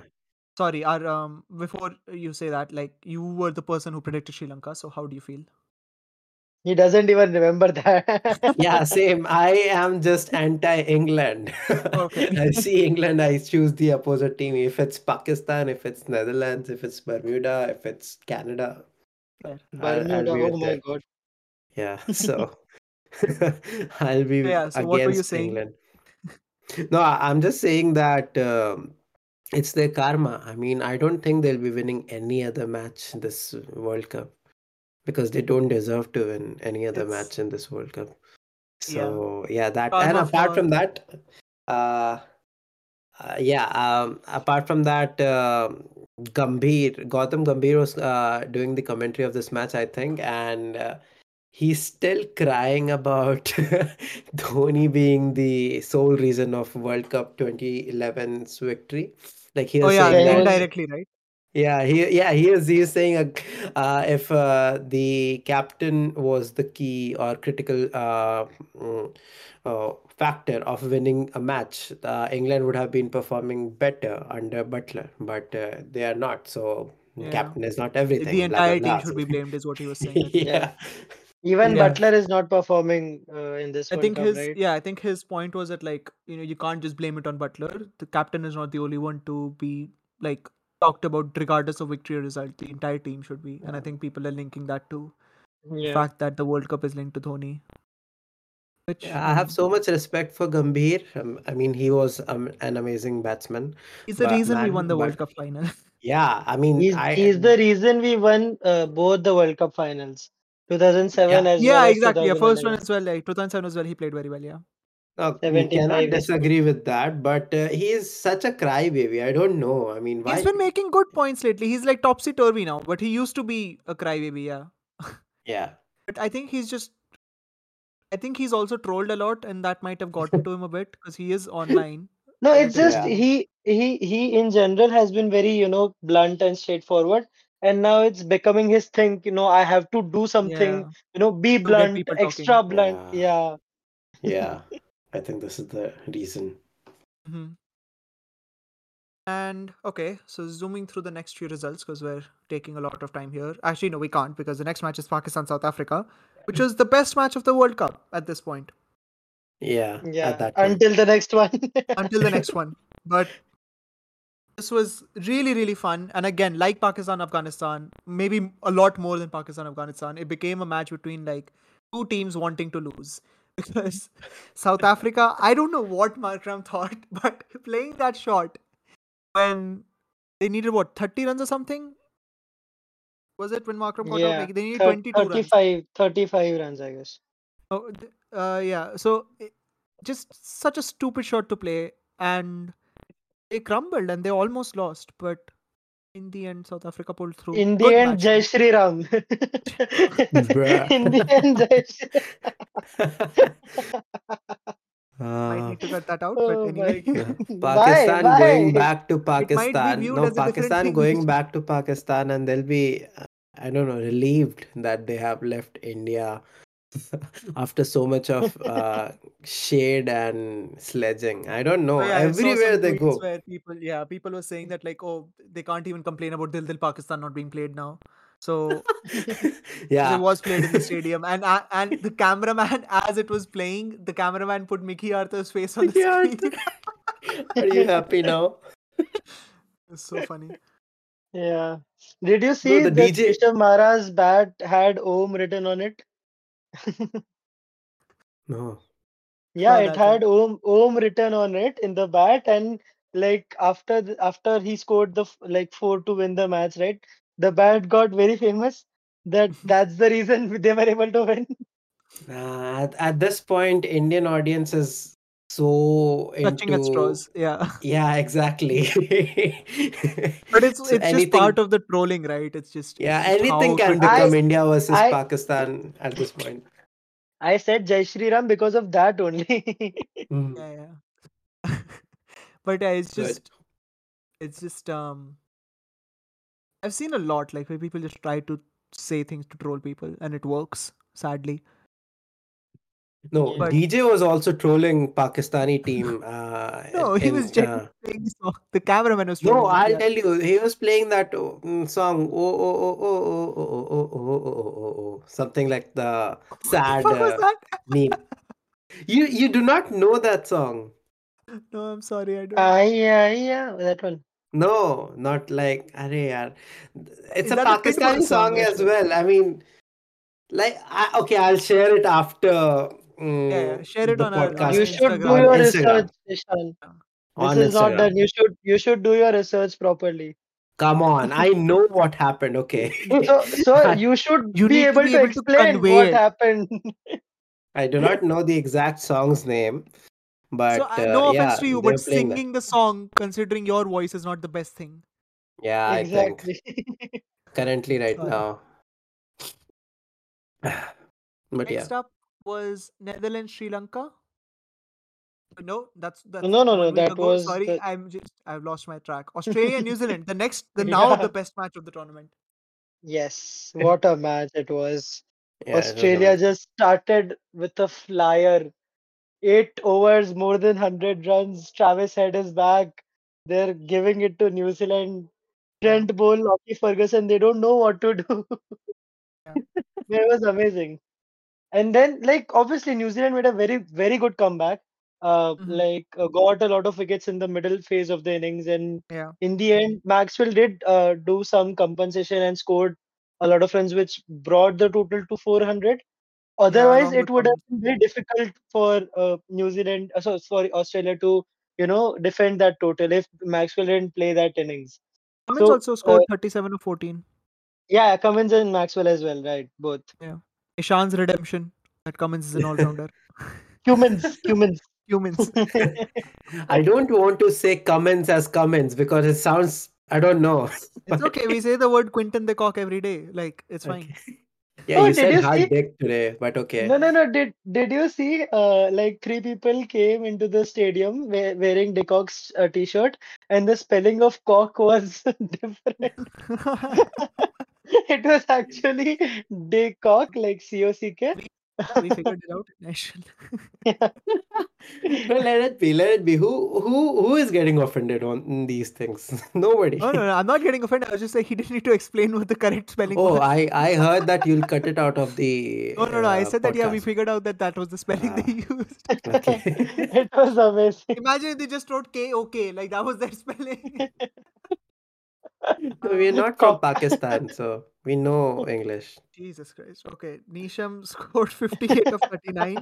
sorry our um before you say that like you were the person who predicted Sri Lanka so how do you feel He doesn't even remember that. Yeah, same. I am just anti-England. okay I see England, I choose the opposite team. If it's Pakistan, if it's Netherlands, if it's Bermuda, if it's Canada, fair. I'll, I'll Bermuda, be oh with my it. god. Yeah, so I'll So, be yeah so what were you against saying England. No, I- I'm just saying that um, it's their karma. I mean, I don't think they'll be winning any other match this World Cup because they don't deserve to win any other it's match in this World Cup. yeah So yeah, that and karma apart for from that, uh, uh yeah, um, apart from that, um Gambhir, Gautam Gambhir was uh, doing the commentary of this match, I think, and uh, he's still crying about Dhoni being the sole reason of World Cup 2011's victory. Like he oh was yeah saying Yeah, he that was. indirectly right yeah, he yeah he is he's saying uh, uh, if uh, the captain was the key or critical uh, mm, uh, factor of winning a match, uh, England would have been performing better under Butler, but uh, they are not. So yeah captain is not the everything. Blah blah entire team blah. should So, be blamed is what he was saying i think Yeah. yeah, Even yeah Butler is not performing uh, in this i World think Cup, his right? yeah i think his point was that like you know you can't just blame it on butler the captain is not the only one to be like talked about regardless of victory or result the entire team should be and i think people are linking that to the Yeah. fact that the world cup is linked to dhoni which Yeah, i I have mean so much respect for Gambhir. Um, I mean, he was um, an amazing batsman, is the but reason we won man, the world but cup final yeah, I mean, He's I he's the reason we won uh, both the World Cup finals, 2007 yeah. as well yeah as exactly yeah first one 2011. as well like 2007 as well he played very well yeah No, uh, we cannot 75 as well. disagree with that, but uh, he is such a crybaby. I don't know. I mean, he's why? been making good points lately he's like topsy turvy now but he used to be a crybaby yeah Yeah. but i think he's just I think he's also trolled a lot, and that might have gotten to him a bit because he is online. And No, I it's think just Yeah. he he he in general has been very, you know, blunt and straightforward. And now it's becoming his thing, you know, I have to do something, yeah you know, be to get blunt, people talking. extra blunt. Yeah. Yeah. Yeah. I think this is the reason. hmm And okay, so zooming through the next few results because we're taking a lot of time here. Actually, no, we can't because the next match is Pakistan South Africa, which was the best match of the World Cup at this point Yeah. At Yeah. that point. Until the next one. until the next one. But this was really, really fun. And again, like Pakistan Afghanistan, maybe a lot more than Pakistan Afghanistan, it became a match between like two teams wanting to lose. Because South Africa, I don't know what Markram thought, but playing that shot when they needed what, 30 runs or something? Was it when Markram got Yeah, out? Like, they needed Thir- 22 runs. 35, 35 runs, I guess. Oh, th- uh, yeah. So, it, just such a stupid shot to play, and they crumbled and they almost lost. But in the end, South Africa pulled through. In the Good end, match, Jai though. Shri Ram. Bruh. In the end, Jai Shri Might Uh, need to cut that out, but Oh my anyway. yeah. god. Pakistan why? going Why? back to might be Pakistan. viewed No, as a different Pakistan thing. going back to Pakistan, and they'll be, uh, I don't know, relieved that they have left India after so much of uh, shade and sledging. I don't know. Oh, yeah, I saw some Everywhere they tweets go. where people, yeah, people were saying that like, oh, they can't even complain about Dil Dil Pakistan not being played now. So because yeah. it was played in the stadium, and uh, and the cameraman, as it was playing, the cameraman put Mickey Arthur's face on the Mickey screen. Are you happy now? it's so funny. Yeah. Did you see the that DJ Keshav Maharaj's bat had Om written on it? No. Yeah, Saw it that, yeah. had Om Om written on it in the bat, and like after the, after he scored the f- like four to win the match, right? The bat got very famous. That that's the reason they were able to win. Nah, at, at this point, Indian audience is so Clutching at into straws, yeah. Yeah, exactly. But it's So it's just part of the trolling, right? It's just it's yeah, just anything how can critical- become I- India versus I- Pakistan at this point. I said Jai Shri Ram because of that only. Mm, yeah, yeah. but uh, it's good. just it's just um I've seen a lot like where people just try to say things to troll people and it works sadly. No, But DJ was also trolling Pakistani team. Uh, no, he was in uh, genuinely playing the song. The cameraman was no, trolling him. I'll Yeah. tell you, he was playing that oh, mm, song. Oh oh oh oh oh oh oh oh oh oh oh oh oh something like the What the sad fuck was uh, that? meme. You you do not know that song. No, I'm sorry, I Uh, don't. Ah, yeah, yeah, that one. No, not like are yaar. It's Is a that a Pitbull Pakistani song song as actually? well. I mean, like, I, okay, I'll share it after Yeah, yeah. mm, Share it the on our on podcast You our should do Instagram. your on research, Instagram. Ishan. This On is not Instagram. done. You should you should do your research properly. Come on, I know what happened. Okay, So so I, you should You be need to able be to able to explain convey what it. happened. I do not know the exact song's name, So, but I, uh, no offense yeah, to you, they're but playing that. singing the song, considering your voice, is not the best thing. Yeah, I think Exactly. currently right Sorry. now. But yeah, Next up was Netherlands Sri Lanka. No, that's that's No, no, one no. week That ago. was Sorry, the I'm just I've lost my track. Australia New Zealand, the next, the now the yeah. best match of the tournament. Yes, what a match it was. yeah, it was Australia amazing. just started with a flyer. Eight overs, more than 100 runs. Travis Head is back. They're giving it to New Zealand. Yeah, Trent Bowl, Lockie Ferguson, they don't know what to do. yeah. It was amazing. And then, like, obviously, New Zealand made a very, very good comeback. Uh, hmm like, uh, got a lot of wickets in the middle phase of the innings. And Yeah. in the end, Maxwell did uh, do some compensation and scored a lot of runs, which brought the total to 400. Yeah, Otherwise, along it with would have Cummins. been very difficult for uh, New Zealand, uh, so, sorry, Australia to, you know, defend that total if Maxwell didn't play that innings. Cummins So, also uh, scored 37 or 14. yeah, Cummins and Maxwell as well, right? Both. Yeah. Ishan's redemption. That Cummins is an all-rounder. Humans, humans. Humans. I don't want to say comments as comments because it sounds I don't know. It's okay. We say the word Quinton the cock every day. Like it's fine. okay. Yeah, Oh, you did said you hard see? dick today, but okay. No, no, no. Did did you see? Uh, like three people came into the stadium we wearing Dickok's uh, t-shirt, and the spelling of cock was different. It was actually Dickok, like C O C K. we figured it out. National. No, let it be. Let it be. Who who who is getting offended on these things? Nobody. Oh, No, no, no. I'm not getting offended. I was just saying he didn't need to explain what the correct spelling Oh, was. I I heard that you'll cut it out of the. no, no, no. I uh, said that, yeah, we podcast. figured out that that was the spelling they Ah. used. Okay. it was amazing. Imagine if they just wrote K O K, like that was their spelling. No, We're not from Cop- Pakistan, so we know English. Jesus Christ. Okay. Nisham scored 58 of 39.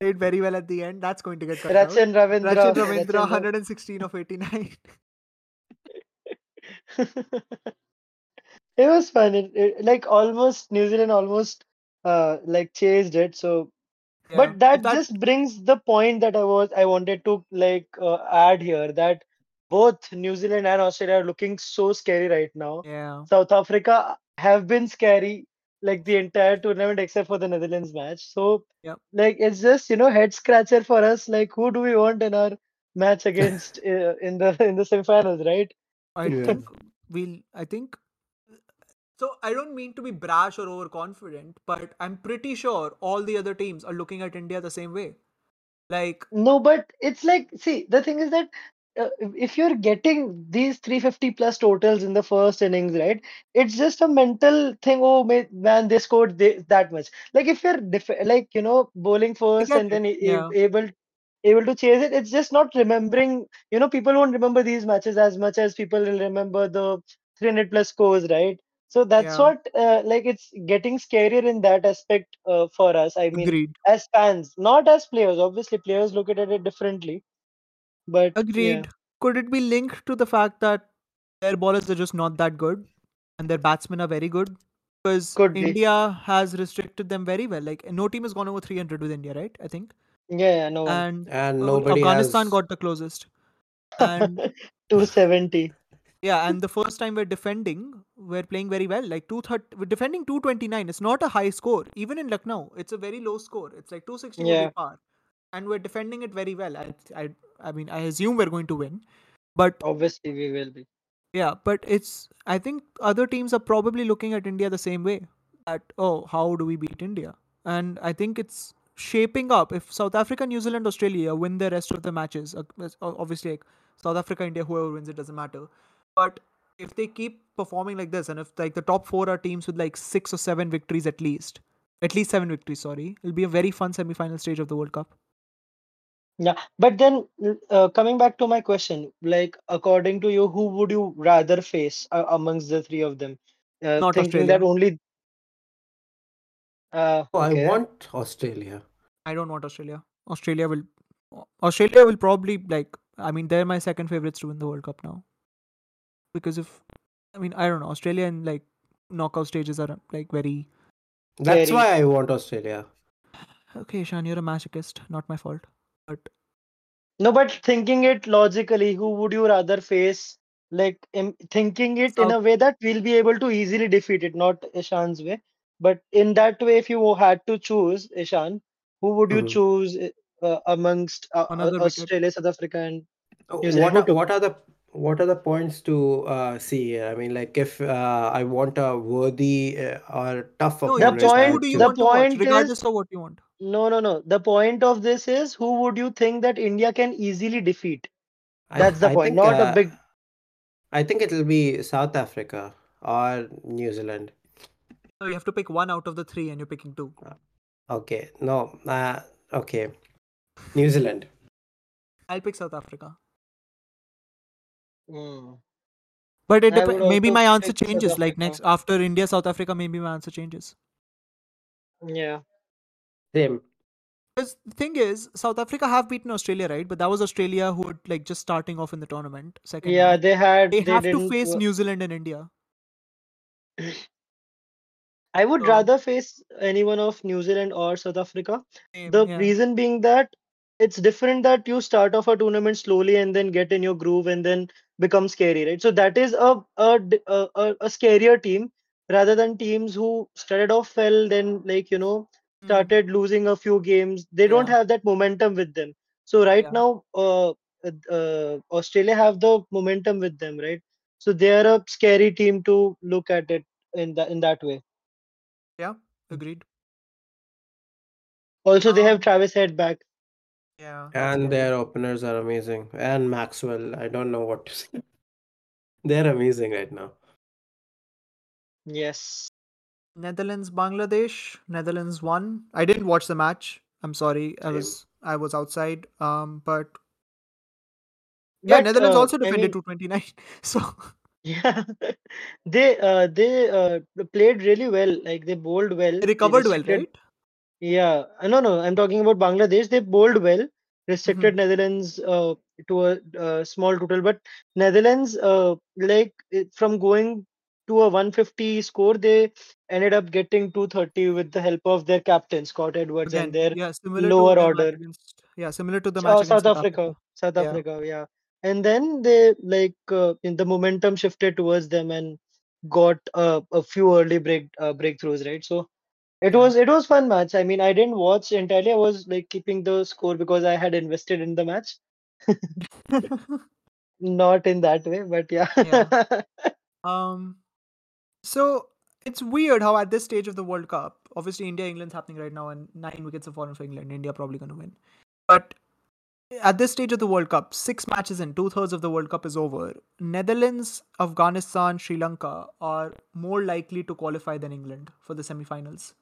Played very well at the end. That's going to get cut out. Rachin Ravindra. Rachin Ravindra, Rachin Ra- 116 of 89. it was fun. It, it like almost New Zealand almost uh like chased it. So, Yeah. but that, That- just brings the point that I was I wanted to like uh, add here that both New Zealand and Australia are looking so scary right now. Yeah. South Africa have been scary like the entire tournament except for the Netherlands match. So Yep. like it's just you know head scratcher for us. Like who do we want in our match against uh, in the in the semifinals, right? I Yeah. think we'll. I think. So I don't mean to be brash or overconfident, but I'm pretty sure all the other teams are looking at India the same way. Like, No, but it's like see the thing is that. Uh, if- if you're getting these 350 plus totals in the first innings, right? It's just a mental thing. Oh ma- man, they scored thi- that much. Like if you're def- like you know bowling first get and it, then a- yeah. a- able able to chase it. It's just not remembering, you know, people won't remember these matches as much as people will remember the 300 plus scores, right? So that's Yeah. what, uh, like, it's getting scarier in that aspect uh, for us. I mean, agreed, as fans, not as players. Obviously, players look at it differently, but yeah, agreed. Could it be linked to the fact that their bowlers are just not that good, and their batsmen are very good? Because could be. India has restricted them very well. Like, no team has gone over 300 with India, right? I think, Yeah, yeah, no one. and And uh, nobody Afghanistan has. got the closest. And 270. Yeah, and the first time we're defending, we're playing very well. Like two thirty, we're defending two twenty nine. It's not a high score, even in Lucknow. It's a very low score. It's like two sixty would Yeah. be par, and we're defending it very well. I, I, I mean, I assume we're going to win, but Obviously, we will be. yeah, but it's. I think other teams are probably looking at India the same way. At oh, how do we beat India? And I think it's shaping up. If South Africa, New Zealand, Australia win the rest of the matches, uh, that's o- obviously like South Africa, India, whoever wins it doesn't matter. But if they keep performing like this, and if like the top four are teams with like six or seven victories at least, at least seven victories, sorry, it'll be a very fun semi-final stage of the World Cup. Yeah, but then l- uh, coming back to my question, like according to you, who would you rather face uh, amongst the three of them? Uh, Not thinking that Australia. only uh Oh, I okay. want Australia. I don't want Australia. Australia will Au- Australia will probably like I mean they're my second favorites to win the World Cup now because if I mean I don't know Australia and like knockout stages are like very That's Very. why I want Australia. okay Shan you're a masochist not my fault but No, but thinking it logically, who would you rather face? Like im thinking it in South a way that we'll be able to easily defeat it, not Ishan's way. But in that way, if you had to choose Ishan, who would you Mhm. choose uh, uh, amongst uh, uh, Mm-hmm. another wicket Australia, South Africa, and Oh, New Zealand? What Who are took? what are the what are the points to uh, see here? I mean, like if uh, I want a worthy uh, or tough no you The opponent, just I who point, do you the choose. want to watch point is. regardless of what you want No, no, no. The point of this is who would you think that India can easily defeat? I That's the I point, think not a uh, big. I think it'll be South Africa or New Zealand. so you have to pick one out of the three and you're picking two Okay, no, uh, okay, New Zealand. I'll pick South Africa Mm. but it I would depends maybe also my answer pick South changes like Africa. next after India South Africa maybe my answer changes Yeah. Same. Because the thing is, South Africa have beaten Australia, right? But that was Australia who were like just starting off in the tournament, second Yeah, round. they had, They they have to didn't. face wo- New Zealand and India. I would So rather face anyone of New Zealand or South Africa. same, The yeah. reason being that it's different that you start off a tournament slowly and then get in your groove and then become scary, right? So that is a a d- a, a, a scarier team rather than teams who started off well, then like you know Mm, started losing a few games. They don't yeah, have that momentum with them. So right yeah. now, uh, uh, uh, Australia have the momentum with them, right? So they are a scary team to look at it in that in that way. Yeah. Agreed. Also, Uh-huh. they have Travis Head back. Yeah. And their openers are amazing. And Maxwell, I don't know what to say. They're amazing right now. Yes. uh, Netherlands Bangladesh. Netherlands won. I didn't watch the match. I'm sorry. I Same. was I was outside. Um, but yeah, But, Netherlands uh, also I defended mean- 229. So Yeah, they uh, they uh, played really well. Like they bowled well. they recovered well, restricted- right? Yeah, Uh, no, no. I'm talking about Bangladesh. They bowled well, restricted Mm-hmm. Netherlands uh, to a, uh small total, but Netherlands uh, like it- from going to a 150 score, they ended up getting 230 with the help of their captain Scott Edwards Again, and their yeah, similar lower to the order. match against yeah, similar to the S- match oh, against South Africa, South Yeah. Africa, yeah. And then they like uh, in the momentum shifted towards them and got uh, a few early break uh, breakthroughs, right? So it Yeah. was it was fun match. I mean, I didn't watch entirely. I was like keeping the score because I had invested in the match. Not in that way, but yeah. Yeah. Um, so it's weird how at this stage of the World Cup, obviously India England's happening right now, and nine wickets have fallen for England. India probably going to win, but at this stage of the World Cup, six matches in, two thirds of the World Cup is over. Netherlands, Afghanistan, Sri Lanka are more likely to qualify than England for the semi-finals,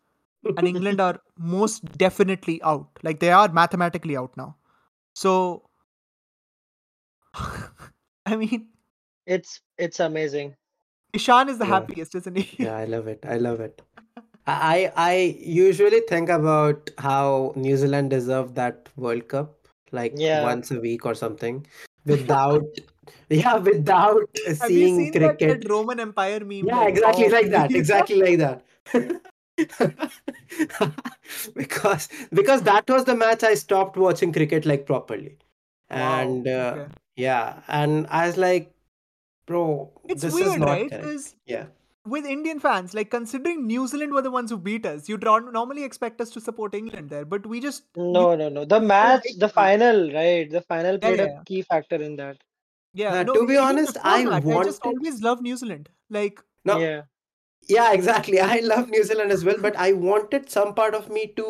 and England are most definitely out. Like they are mathematically out now. So, I mean, it's it's amazing. Ishan is the Yeah. happiest, isn't he? Yeah, I love it. I love it. I I I usually think about how New Zealand deserved that World Cup like Yeah. once a week or something without yeah without Have seeing you seen that- cricket. That, Roman Empire meme? Yeah, that- exactly oh, like that. yeah. Exactly like that. because because that was the match I stopped watching cricket like properly. Wow, And uh, okay. yeah, and I was like, bro, It's this is weird, not right? correct." Because Yeah. with Indian fans, like considering New Zealand were the ones who beat us, you'd ron- normally expect us to support England there, but we just No, no, no. The match, the like- final, right? The final played yeah. a key factor in that. yeah. Uh, no, to even be the honest, I format, I just wanted- always love New Zealand. Like No, Yeah. Yeah, exactly. I love New Zealand as well, but I wanted some part of me to,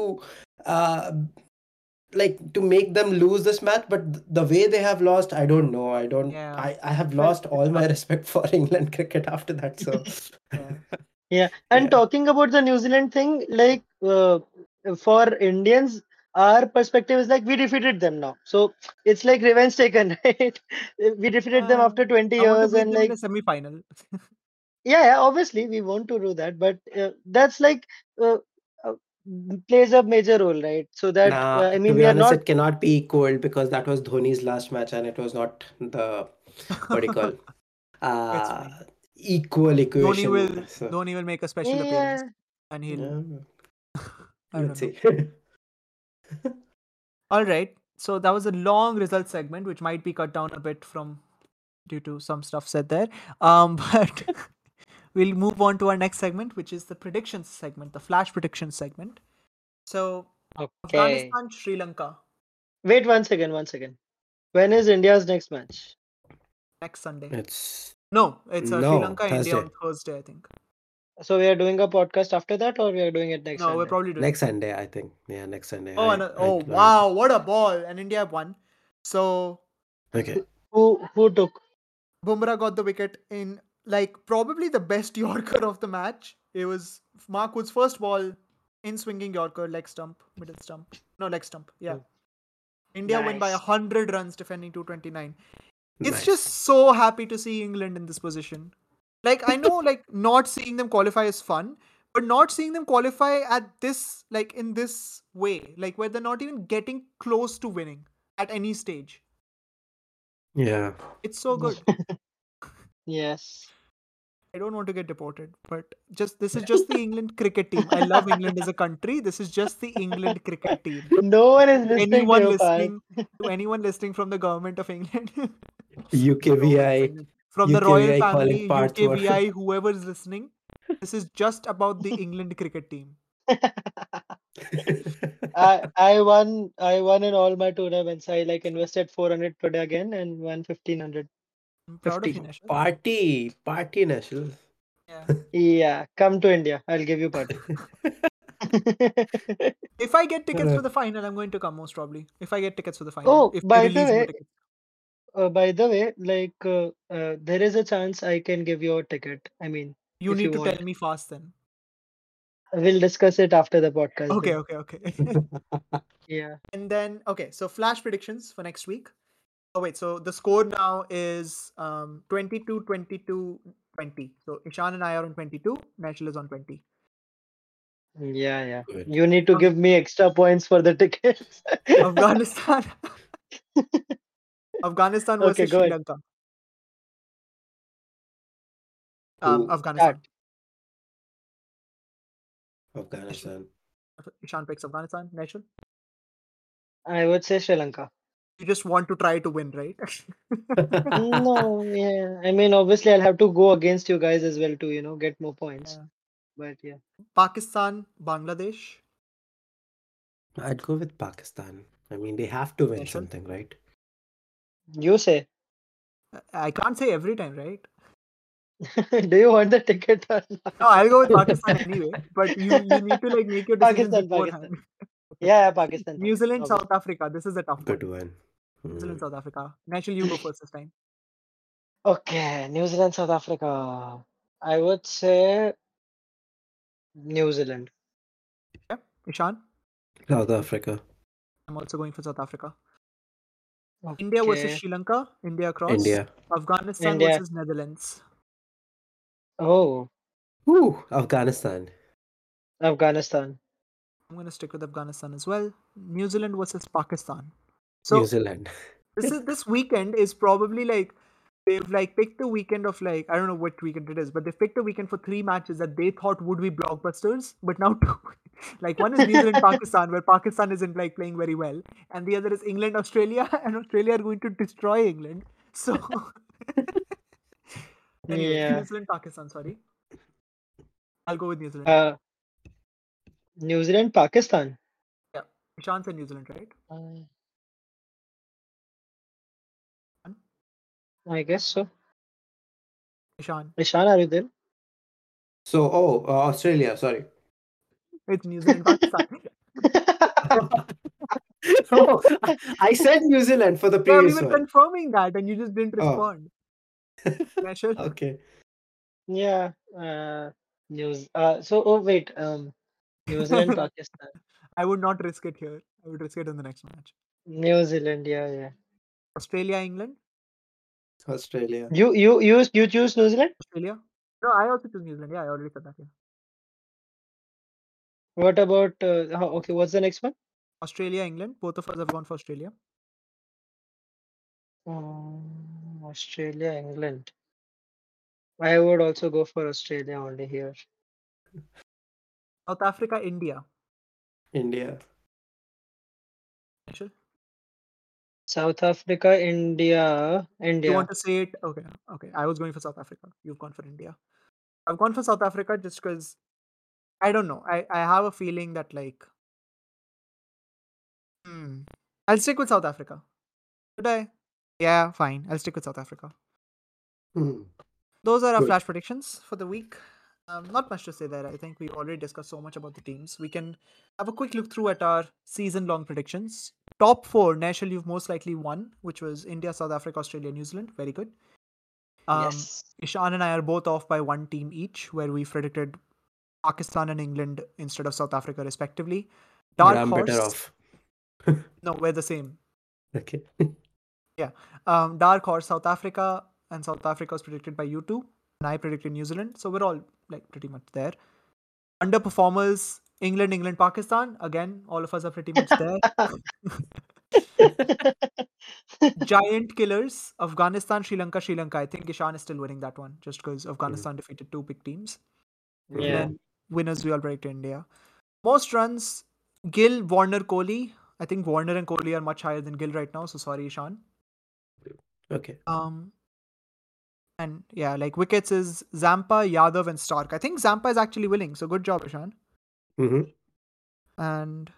uh, like to make them lose this match. But th- the way they have lost, I don't know. I don't. Yeah. I I have lost all my respect for England cricket after that. So Yeah. Yeah, and Yeah. talking about the New Zealand thing, like uh, for Indians, our perspective is like we defeated them now, so it's like revenge taken, right? We defeated them Um, after I 20 want to years, beat them and like in a semi-final. yeah, yeah, obviously we want to do that, but uh, that's like uh, uh, m- plays a major role, right? So that nah, uh, I mean to we be are honest, not it cannot be equaled because that was Dhoni's last match, and it was not the what do you call uh, fine. equal Dhoni equation. will so, Dhoni will make a special appearance, yeah. and he'll. I yeah, don't let's know. see. All right. So that was a long result segment, which might be cut down a bit from due to some stuff said there. Um, but we'll move on to our next segment, which is the predictions segment, the flash predictions segment. So Okay. Afghanistan, Sri Lanka Wait one second, one second. When is India's next match? next Sunday. it's No, it's uh, Sri No, Lanka, India on Thursday. Thursday, I think. So we are doing a podcast after that, or we are doing it next? no, we're Sunday? probably doing. Next Sunday, I think. Yeah, next Sunday. oh, I- and, uh, I oh don't- wow! What a ball! And India won. So Okay. Who who took? Bumrah got the wicket in like probably the best Yorker of the match. It was Mark Wood's first ball in swinging Yorker, leg stump, middle stump. No, leg stump. Yeah. India went by Nice. 100 runs defending 229. It's nice. just so happy to see England in this position. Like, I know, like, not seeing them qualify is fun, but not seeing them qualify at this, like, in this way, like, where they're not even getting close to winning at any stage. yeah. It's so good. Yes. I don't want to get deported, but just this is just the England cricket team. I love England as a country. This is just the England cricket team. No one is listening. Anyone to you, Parth. listening to anyone listening from the government of England, UKVI. from the royal UKVI calling family, part for- UKVI, whoever is listening, this is just about the England cricket team. I I won I won in all my tournaments. I like invested 400 today again and won 1500. I'm proud of you, 50. Nishant. party. Party national. Yeah. Yeah, come to India. I'll give you part. If I get tickets Yeah. for the final, I'm going to come most probably. If I get tickets for the final. Oh, if they by the release more way- tickets. Uh, by the way, like uh, uh, there is a chance I can give you a ticket. I mean, you if need you to want. tell me fast then. we'll discuss it after the podcast. then. Okay, okay, okay. Yeah. and then okay, so flash predictions for next week. Oh wait, so the score now is um 22 22 20. So Ishan and I are on 22, Nashal is on 20. Yeah, yeah. Good. You need to Okay. give me extra points for the tickets. Afghanistan Afghanistan Okay, versus go Sri ahead. Lanka. Um, Who- Afghanistan. Afghanistan. Ishan picks Afghanistan. Nashal, I would say Sri Lanka. you just want to try to win, right? No, yeah. I mean, obviously, I'll have to go against you guys as well to, you know, get more points. Yeah. But yeah. Pakistan, Bangladesh. I'd go with Pakistan. I mean, they have to win Nashon? something, right? You say, I- I can't say every time, right? do you want the ticket or not? No, I'll go with Pakistan anyway. But you, you need to like make your decisions Pakistan, beforehand. Pakistan. Yeah, yeah, Pakistan. New Zealand, Pakistan, South Africa. This is a tough Good one. one. New Zealand, Hmm. South Africa. Naturally, you go first this time. Okay, New Zealand, South Africa. I would say New Zealand. Ishan, South Africa. I'm also going for South Africa. Okay. India versus Sri Lanka. India across. India. Afghanistan India. versus Netherlands. Oh, Woo! Afghanistan. Afghanistan. I'm going to stick with Afghanistan as well. New Zealand versus Pakistan. So New Zealand. this is this weekend is probably like they've like picked the weekend of like I don't know what weekend it is, but they've picked a weekend for three matches that they thought would be blockbusters, but now two. like one is New Zealand Pakistan, where Pakistan isn't like playing very well, and the other is England Australia, and Australia are going to destroy England. So anyway, Yeah. New Zealand Pakistan, sorry. I'll go with New Zealand. Uh, New Zealand, Pakistan. Chance and New Zealand, right? Uh, I guess so. Ishan, Ishan, are you there? So, oh, uh, Australia. Sorry. it's New Zealand Pakistan. oh, I- I said New Zealand for the yeah, we previous were one. confirming that, and you just didn't Oh. respond. Nashal? Okay. Yeah. Uh, News. Uh, so, oh wait. Um, New Zealand, Pakistan. I would not risk it here. I would risk it in the next match. New Zealand. Yeah, yeah. Australia, England, Australia. You, you, you, you choose New Zealand. Australia. No, I also choose New Zealand. Yeah, I already said that. Yeah. What about? Uh, how- okay, what's the next one? Australia, England. Both of us have gone for Australia. Um, Australia, England. I would also go for Australia only here. South Africa, India. India. Nashal, South Africa, India, You India. want to say it? Okay, okay. I was going for South Africa. You've gone for India. I've gone for South Africa just because I don't know. I I have a feeling that like, hmm, I'll stick with South Africa. Should I? Yeah, fine. I'll stick with South Africa. Hmm. those are our Good. flash predictions for the week. Um, not much to say there. I think we already discussed so much about the teams. We can have a quick look through at our season long predictions. Top four, Nashal, you've most likely won, which was India, South Africa, Australia, New Zealand. Very good. Um, yes. Ishan and I are both off by one team each, where we predicted Pakistan and England instead of South Africa, respectively. But Dark I'm Horse. better off. No, we're the same. Okay. um, Dark Horse South Africa, and South Africa was predicted by you two, and I predicted New Zealand. So we're all like pretty much there. Underperformers England, England, Pakistan. Again, all of us are pretty much there. Giant killers Afghanistan, Sri Lanka, Sri Lanka. I think Ishan is still winning that one just because Afghanistan defeated two big teams. And yeah. then winners, we all predicted India. Most runs Gill, Warner, Kohli. I think Warner and Kohli are much higher than Gill right now. So sorry, Ishan. Okay. Um, and yeah, like wickets is Zampa, Yadav, and Stark. I think Zampa is actually willing, so good job, Ishan. hmm And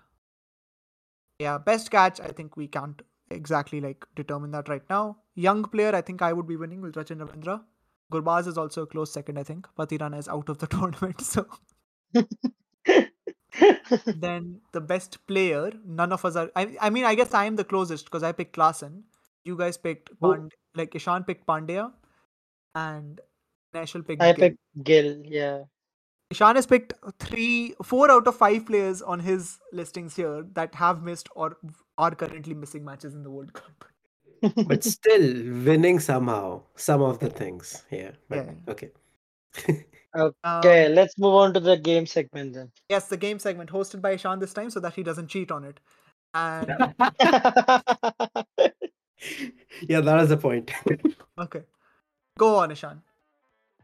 yeah, best catch. I think we can't exactly like determine that right now. Young player, I think I would be winning with Rachin Ravindra. Gurbaz is also a close second, I think. Patirana is out of the tournament, so then the best player, none of us are. I, I mean, I guess I am the closest because I picked Klassen. You guys picked Who? Pand, like Ishan picked Pandya, and Nashal picked. I Gill. picked Gil. Yeah. Ishan has picked three, four out of five players on his listings here that have missed or are currently missing matches in the World Cup. but still winning somehow some of the things yeah but Yeah. okay Um, Okay, let's move on to the game segment then. Yes, the game segment hosted by Ishan this time so that he doesn't cheat on it. And yeah that was the point okay, go on, Ishan.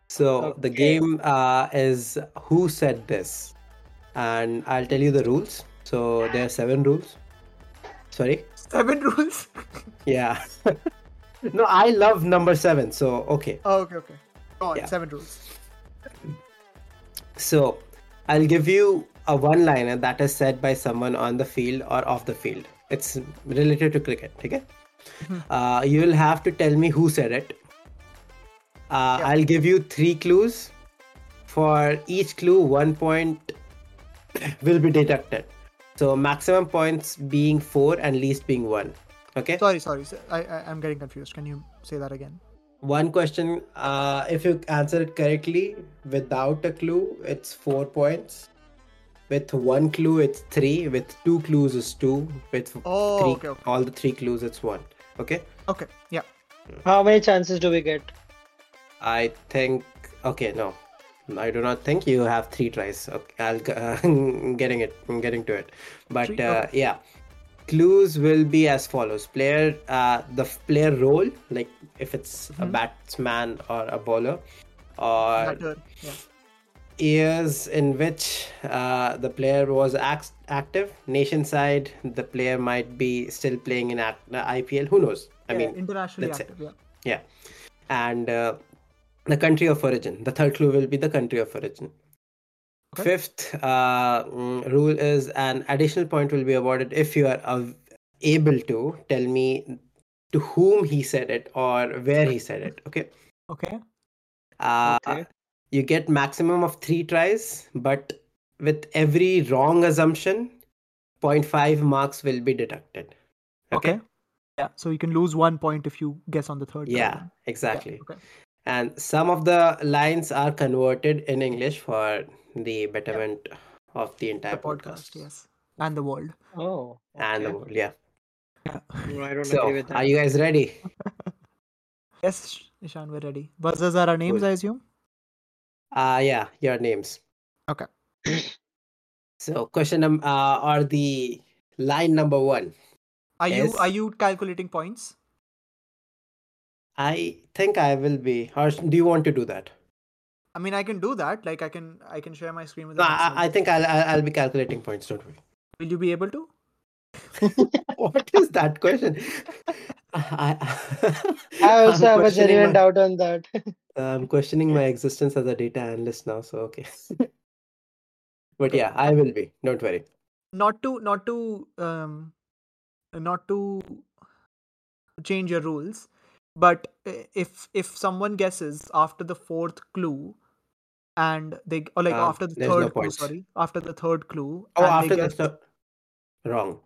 so the Okay. game uh, is who said this and i'll tell you the rules so there are seven rules sorry Seven rules. yeah no i love number seven so okay oh, okay, okay. Go on, Yeah. seven rules. So, I'll give you a one liner that is said by someone on the field or off the field. It's related to cricket, okay? Uh, you'll have to tell me who said it. Uh, Yeah. I'll give you three clues. For each clue, one point will be deducted. So, maximum points being four and least being one, okay? Sorry, sorry. s- I, I am getting confused. Can you say that again? one question uh if you answer it correctly without a clue it's four points with one clue it's three with two clues is two with three, Oh, okay, okay. all the three clues it's one okay Okay. Yeah. How many chances do we get? i think okay no i do not think you have three tries okay i'll g- I'm getting it i'm getting to it but Three, uh, yeah clues will be as follows player uh the f- player role like if it's a Hmm. batsman or a bowler or Better. Yeah. years in which uh, the player was act- active. Nation side, the player might be still playing in act- uh, IPL. Who knows? I yeah, mean, internationally that's it. active. Yeah. yeah. And uh, the country of origin. The third clue will be the country of origin. Okay. Fifth uh, mm, rule is an additional point will be awarded if you are av- able to tell me to whom he said it or where he said it. Okay. Okay. Uh, Okay. You get maximum of three tries, but with every wrong assumption, 0.5 marks will be deducted. Okay. Yeah. So you can lose one point if you guess on the third. try Yeah, then. Yeah, exactly. Okay. And some of the lines are converted in English for the betterment of the entire The podcast. podcast. Yes. And the world. Oh. And the okay. world, yeah. No, I don't agree So, with are that. you guys ready? Yes, Ishan, we're ready. Buzzers are our names, Cool. I assume. Uh yeah, your names. Okay. So, question num- uh, or the line number one. Are Yes. you are you calculating points? I think I will be. Or do you want to do that? I mean, I can do that. Like, I can I can share my screen with. No, the I, I listeners. think I'll, I'll I'll be calculating points. Don't worry. Will you be able to? What is that question? I, I also I'm have a questioning genuine my- doubt on that. I'm questioning my existence as a data analyst now. So okay. but yeah, I will be. Don't worry. Not to not to um, not to change your rules, but i- if if someone guesses after the fourth clue, and they or like Um, after the there's no third clue, points. sorry, after the third clue, Oh, and after they guess this, uh, wrong.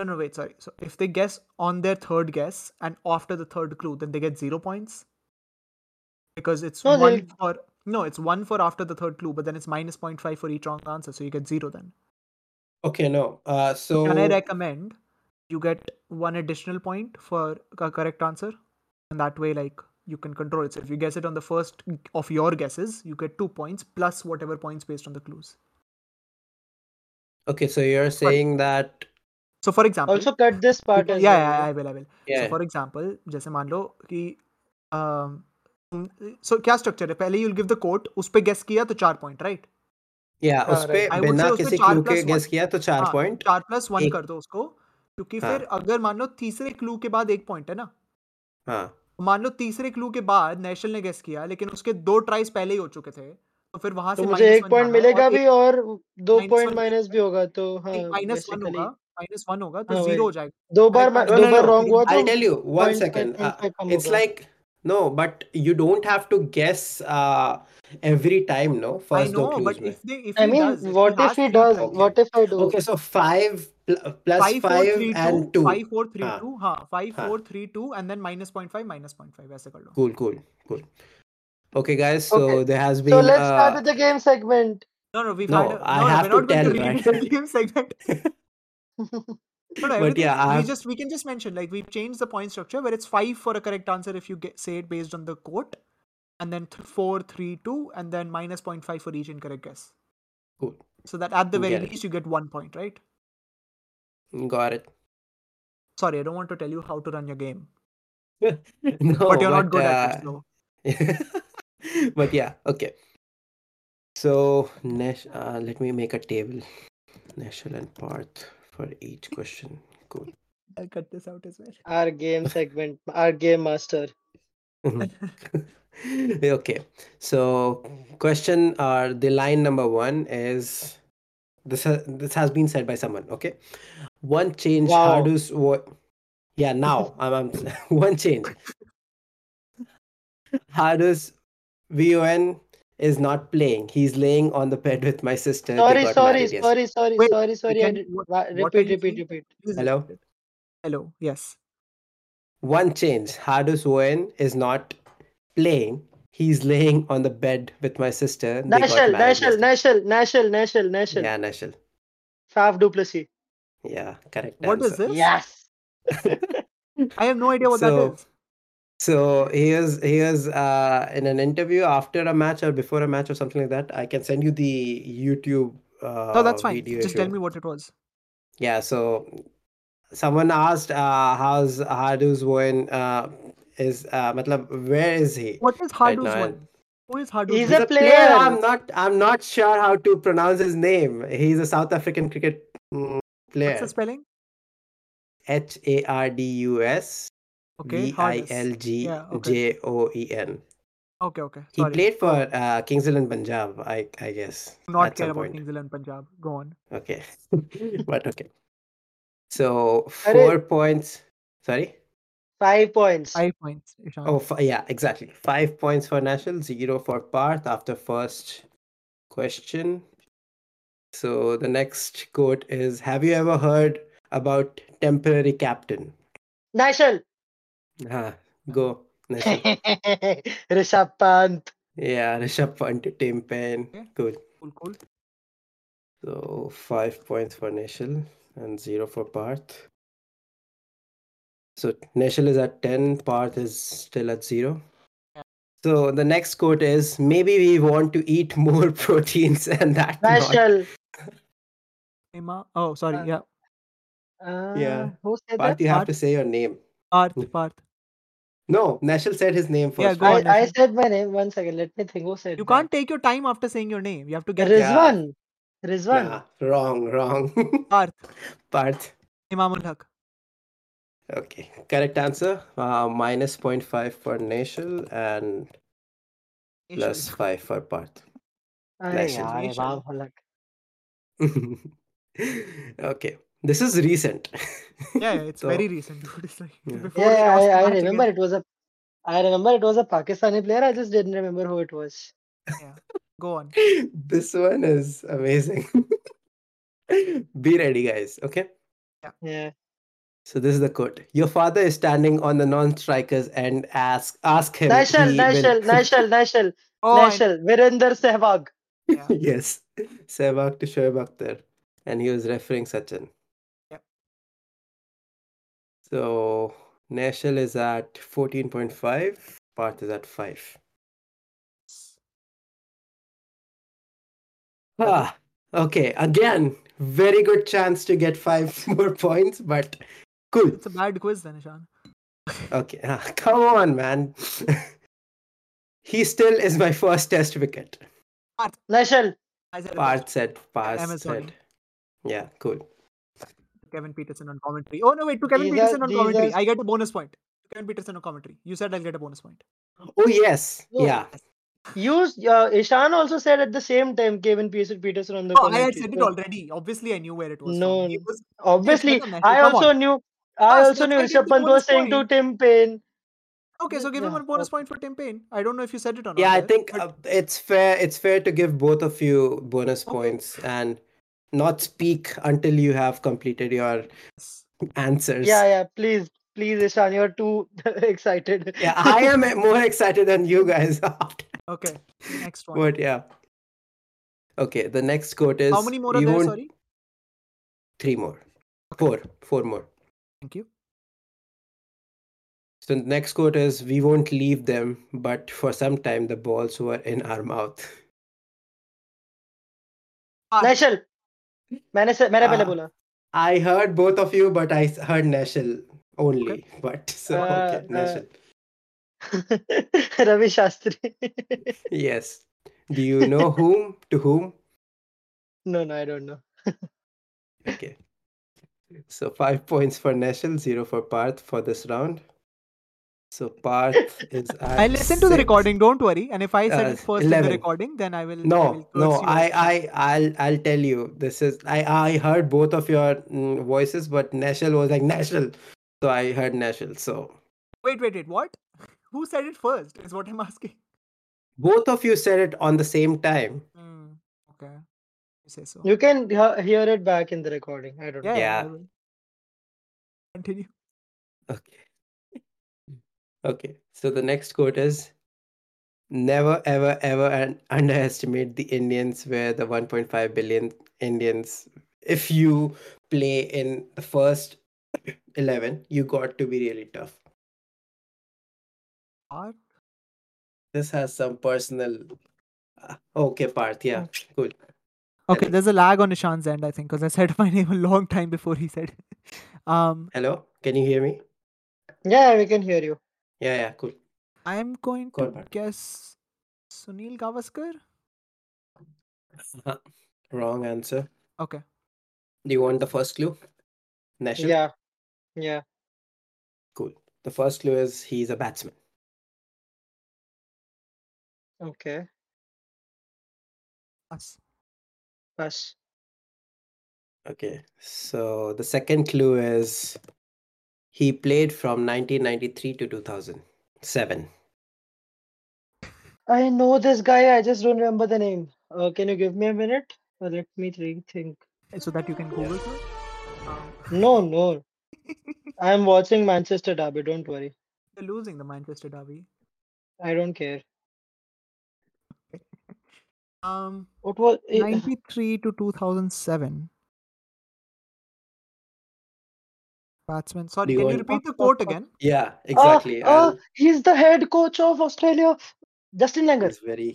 No, no, wait, sorry. So if they guess on their third guess and after the third clue, then they get zero points. Because it's No, one they'll- for no, it's one for after the third clue, but then it's minus 0.5 for each wrong answer, so you get zero then. Okay, no. Uh, so Can I recommend you get one additional point for a correct answer? And that way, like you can control it. So if you guess it on the first g- of your guesses, you get two points plus whatever points based on the clues. okay, so you're saying that So for example, Also, cut this you part. can- as yeah, well, yeah, I yeah. will, I will. yeah. So for example जैसे मान लो कि so क्या structure है पहले you give the quote उस पे guess किया तो चार पॉइंट राइट या हाँ, उस पे right. I would say बिना उसमें किसी चार क्लू के plus गेस one- किया तो चार हाँ, पॉइंट चार प्लस वन एक- कर दो उसको क्योंकि हाँ। फिर अगर मान लो तीसरे क्लू के बाद एक पॉइंट है ना तो हाँ मान लो तीसरे क्लू के बाद नेशनल ने गेस किया लेकिन उसके दो ट्राइज पहले ही हो चुके थे तो फिर वहां तो से मुझे एक पॉइंट मिलेगा भी और दो minus पॉइंट one माइनस भी होगा तो हाँ माइनस वन बेसिकली होगा माइनस वन होगा तो हाँ, जीरो वही। हो जाएगा दो बार correct answer मा- दो बार No, no, no. रॉन्ग हुआ I'll तो tell you. One points by second. points Uh, by come it's होगा। like No, but you don't have to guess uh, every time, no? I First door know, clues. but man. if they if I he mean, does, if what if asks he three does? times, What if I do? Okay, so five pl- uh, plus Five, four, five three, and two, two. five, four, three, हाँ, two, हाँ, five, हाँ. four, three, two, and then minus 0.5, minus 0.5, ऐसे कर लो. Cool, cool, cool. Okay, guys, so Okay, there has So been. let's start uh, with the game segment. No, no, we've No, had. A, I no, no, have we're to not going tell, to right? read the game segment. No, no, But everything. yeah, we I have- just we can just mention like we've changed the point structure where it's five for a correct answer if you get, say it based on the quote, and then th- four, three, two, and then minus 0.5 for each incorrect guess. Cool. So that at the very Get it. least you get one point, right? Got it. Sorry, I don't want to tell you how to run your game, No, but you're not good uh, at it. So but yeah, okay. So Nash, uh, let me make a table, national and part for each question. Cool. I'll cut this out as well. Our game segment, our game master. okay. So question or the line number one is this ha- this has been said by someone. Okay, one change. How Wow. does what? Yeah, now I'm, I'm one change. How does Von is not playing? He's laying on the bed with my sister. They Sorry, got sorry, married yesterday. sorry, sorry, Wait, sorry, sorry. I can- did, what- wa- what are repeat, you repeat, saying? repeat. Please Hello? repeat it. Hello. Yes. One change. Hardus Owen is not playing. He's laying on the bed with my sister. They got Nashal, married Nashal, yesterday. Nashal, Nashal, Nashal, Nashal. Yeah, Nashal. Fav Duplessis. Yeah, correct. What is answer. this? Yes. I have no idea what that So- is. So here's here's uh, in an interview after a match or before a match or something like that. I can send you the YouTube. Uh, No, Oh, that's fine. Video Just tell if you- me what it was. Yeah. So someone asked, uh, "How's Hardus Owen? Uh, is uh, matlab, where is he?" What is right Hardu's now? one? Who is Hardu's He's one? a player. I'm not. I'm not sure how to pronounce his name. He's a South African cricket mm, What's player. the spelling? H A R D U S Okay, V I Hardus. L G Yeah, okay. J O E N. Okay, okay. He Sorry. played for uh, Kingsland and Punjab. I I guess. Do not at some care about point. New Zealand Punjab. Go on. Okay, but okay. So Arey. four points. Sorry. Five points. Five points, Ishan. Oh, fi- yeah, exactly. Five points for National, zero for Parth after first question. So the next quote is Have you ever heard about temporary captain? Nashal. Ah, go. Nashal. Rishabh Pant. yeah, Rishabh Pant, Tim Pen. Okay. Good. Cool, cool. So five points for Nashal and zero for Parth. So Nashal is at 10, Parth is still at zero. Yeah. So the next quote is maybe we want to eat more proteins and that not Nashal. Emma. Oh, sorry. Uh, yeah. Uh, Yeah. Who said that? Parth, you have Parth? to say your name. Parth, Parth. No, Nashal said his name first. Yeah, go I, on, I Nashal. said my name. One second. Let me think. Who said You that? can't take your time after saying your name. You have to get Riz- Rizwan. Rizwan. Nah, wrong, wrong. Parth. Parth. Imam ul Haq. Okay, correct answer. Uh, minus 0.5 for Nashal and Nashal. plus 5 for Parth. Arey Nashal. yaar, Nashal. Imam ul Haq. okay, this is recent. Yeah, yeah, it's So- very recent, dude. It's like Yeah. before Yeah, they yeah, lost the I, I match remember against- it was a. I remember it was a Pakistani player. I just didn't remember who it was. Go on. this one is amazing. Be ready, guys. Okay. Yeah. So this is the quote. Your father is standing on the non-strikers and ask ask him. Nashal, he will- Nashal, Nashal, Nashal, Oh, I- Nashal, Virender Sehwag. yeah. yes. Sehwag to Shoaib Akhtar. And he was referring Sachin. Yep. So Nashal is at 14.5. Parth is at 5. Ah, okay. Again, very good chance to get five more points, but cool. It's a bad quiz then, Ishan. Okay, ah, come on, man. he still is my first test wicket. Nashal. I said it was Part said, pass Amazon. said. Yeah, cool. Kevin Peterson on commentary. Oh no, wait, to Kevin These are- Peterson on these commentary. are- I get a bonus point. To Kevin Peterson on commentary. You said I'll get a bonus point. Oh, yes. No. Yeah. You, uh, Ishan also said at the same time Kevin Peterson Peterson on the Oh, I had commentary. said it So already. Obviously, I knew where it was. No, from. It was Obviously, better, Nashal, I come also on. knew. I Ah, so also that's knew why I get Rishabh the Pant bonus was saying to point. Tim Payne. Okay, so give him Yeah, one bonus okay. point for Timpain. I don't know if you said it or not. Yeah, I there, think but uh, it's fair. It's fair to give both of you bonus Okay. points and not speak until you have completed your yes. answers. Yeah, yeah. Please, please, Ishan, you're too excited. Yeah, I am more excited than you guys are. Okay, next one. but yeah. Okay, the next quote is How many more are you there? won't- Sorry. Three more. Four. Four more. Thank you. So the next quote is we won't leave them, but for some time the balls were in our mouth. Ah, Nashal, मैंने से मैंने पहले Ah. बोला I heard both of you, but I s- heard Nashil only. But so Uh, okay, uh, Nashil. Ravi Shastri Yes. Do you know whom? To whom? no no I don't know Okay. So five points for Nashil, zero for Parth for this round. So Parth is at I listen to the six. recording. Don't worry. And if I said Uh, it first in 11. the recording, then I will. I will No, curse no, you I, out. I, I'll, I'll tell you. This is I, I heard both of your mm, voices, but Nashil was like Nashil, so I heard Nashil. So Wait, wait, wait. What? Who said it first? Is what I'm asking. both of you said it on the same time. Hmm, okay. You say so. you can he- hear it back in the recording I don't Yeah. know yeah, I Yeah. will. Continue. Okay. Okay. So the next quote is never ever ever un- underestimate the Indians where the 1.5 billion Indians if you play in the first 11 you got to be really tough. Part. This has some personal uh, okay part yeah cool. Okay, Hello. there's a lag on Ishan's end, I think, because I said my name a long time before he said. it. um, Hello, can you hear me? yeah we can hear you Yeah, yeah, cool. I'm going to Go ahead. guess Sunil Gavaskar. Wrong answer. Okay. Do you want the first clue? National. yeah yeah The first clue is he's a batsman. okay Us. pass Okay. So the second clue is he played from 1993 to 2007. I know this guy I just don't remember the name uh, can you give me a minute Uh, let me rethink So that you can Google it. Um, no no I'm watching Manchester derby don't worry they're losing the Manchester derby. I don't care Um, what was it- 93 to 2007. Batsman. Sorry, Do you can you want- repeat the quote again? Yeah, Ah, exactly. ah, and he's the head coach of Australia Justin Langer It's very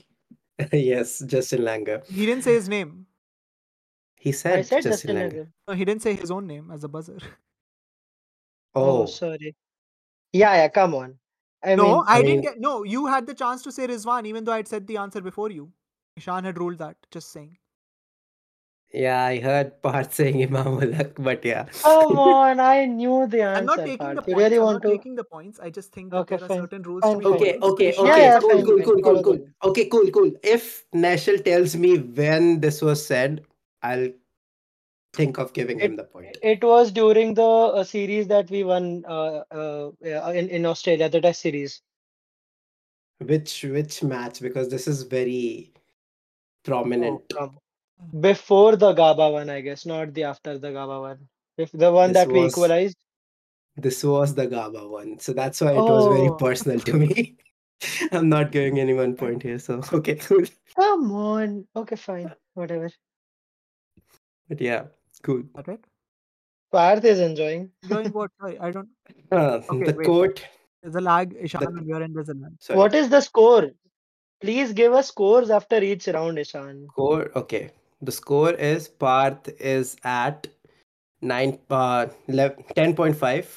yes, Justin Langer. He didn't say his name. He I said, said Justin, Justin Langer Langer. No, he didn't say his own name as a buzzer. Oh, Oh, sorry. Yeah, yeah, come on. I no, mean, I, didn't mean- get. No, you had the chance to say Rizwan, even though I'd said the answer before you. Ishan had ruled that. Just saying. yeah, I heard Parth saying Imamulak, but yeah. come on, I knew the answer. I'm not taking the Parth. points. You really I'm want not to? taking the points. I just think Okay, that there fine. are certain rules Fine, to be fine. Okay, followed. okay, Ishan okay. yeah, cool, fine, cool, fine, cool, follow the cool, cool. rules. Okay, cool, cool. If Nashil tells me when this was said, I'll think of giving him the point. It was during the uh, series that we won uh, uh, yeah, in in Australia, the Test series. Which which match? Because this is very prominent. From before the Gaba one, I guess, not the after the Gaba one. If the one This that we was- equalized. This was the Gaba one, so that's why it was very Oh. personal to me. I'm not giving anyone point here, so okay, cool. Come on. Okay, fine, whatever. But yeah, cool. Is that right? Parth is enjoying. Doing what? Sorry, I don't. Uh, Okay, the wait. quote. There's a lag. Ishan, The- on your end, there's a lag. Sorry. What is the score? Please give us scores after each round, Ishan. Score. Okay. The score is Parth is at nine. Uh, 11, 10.5.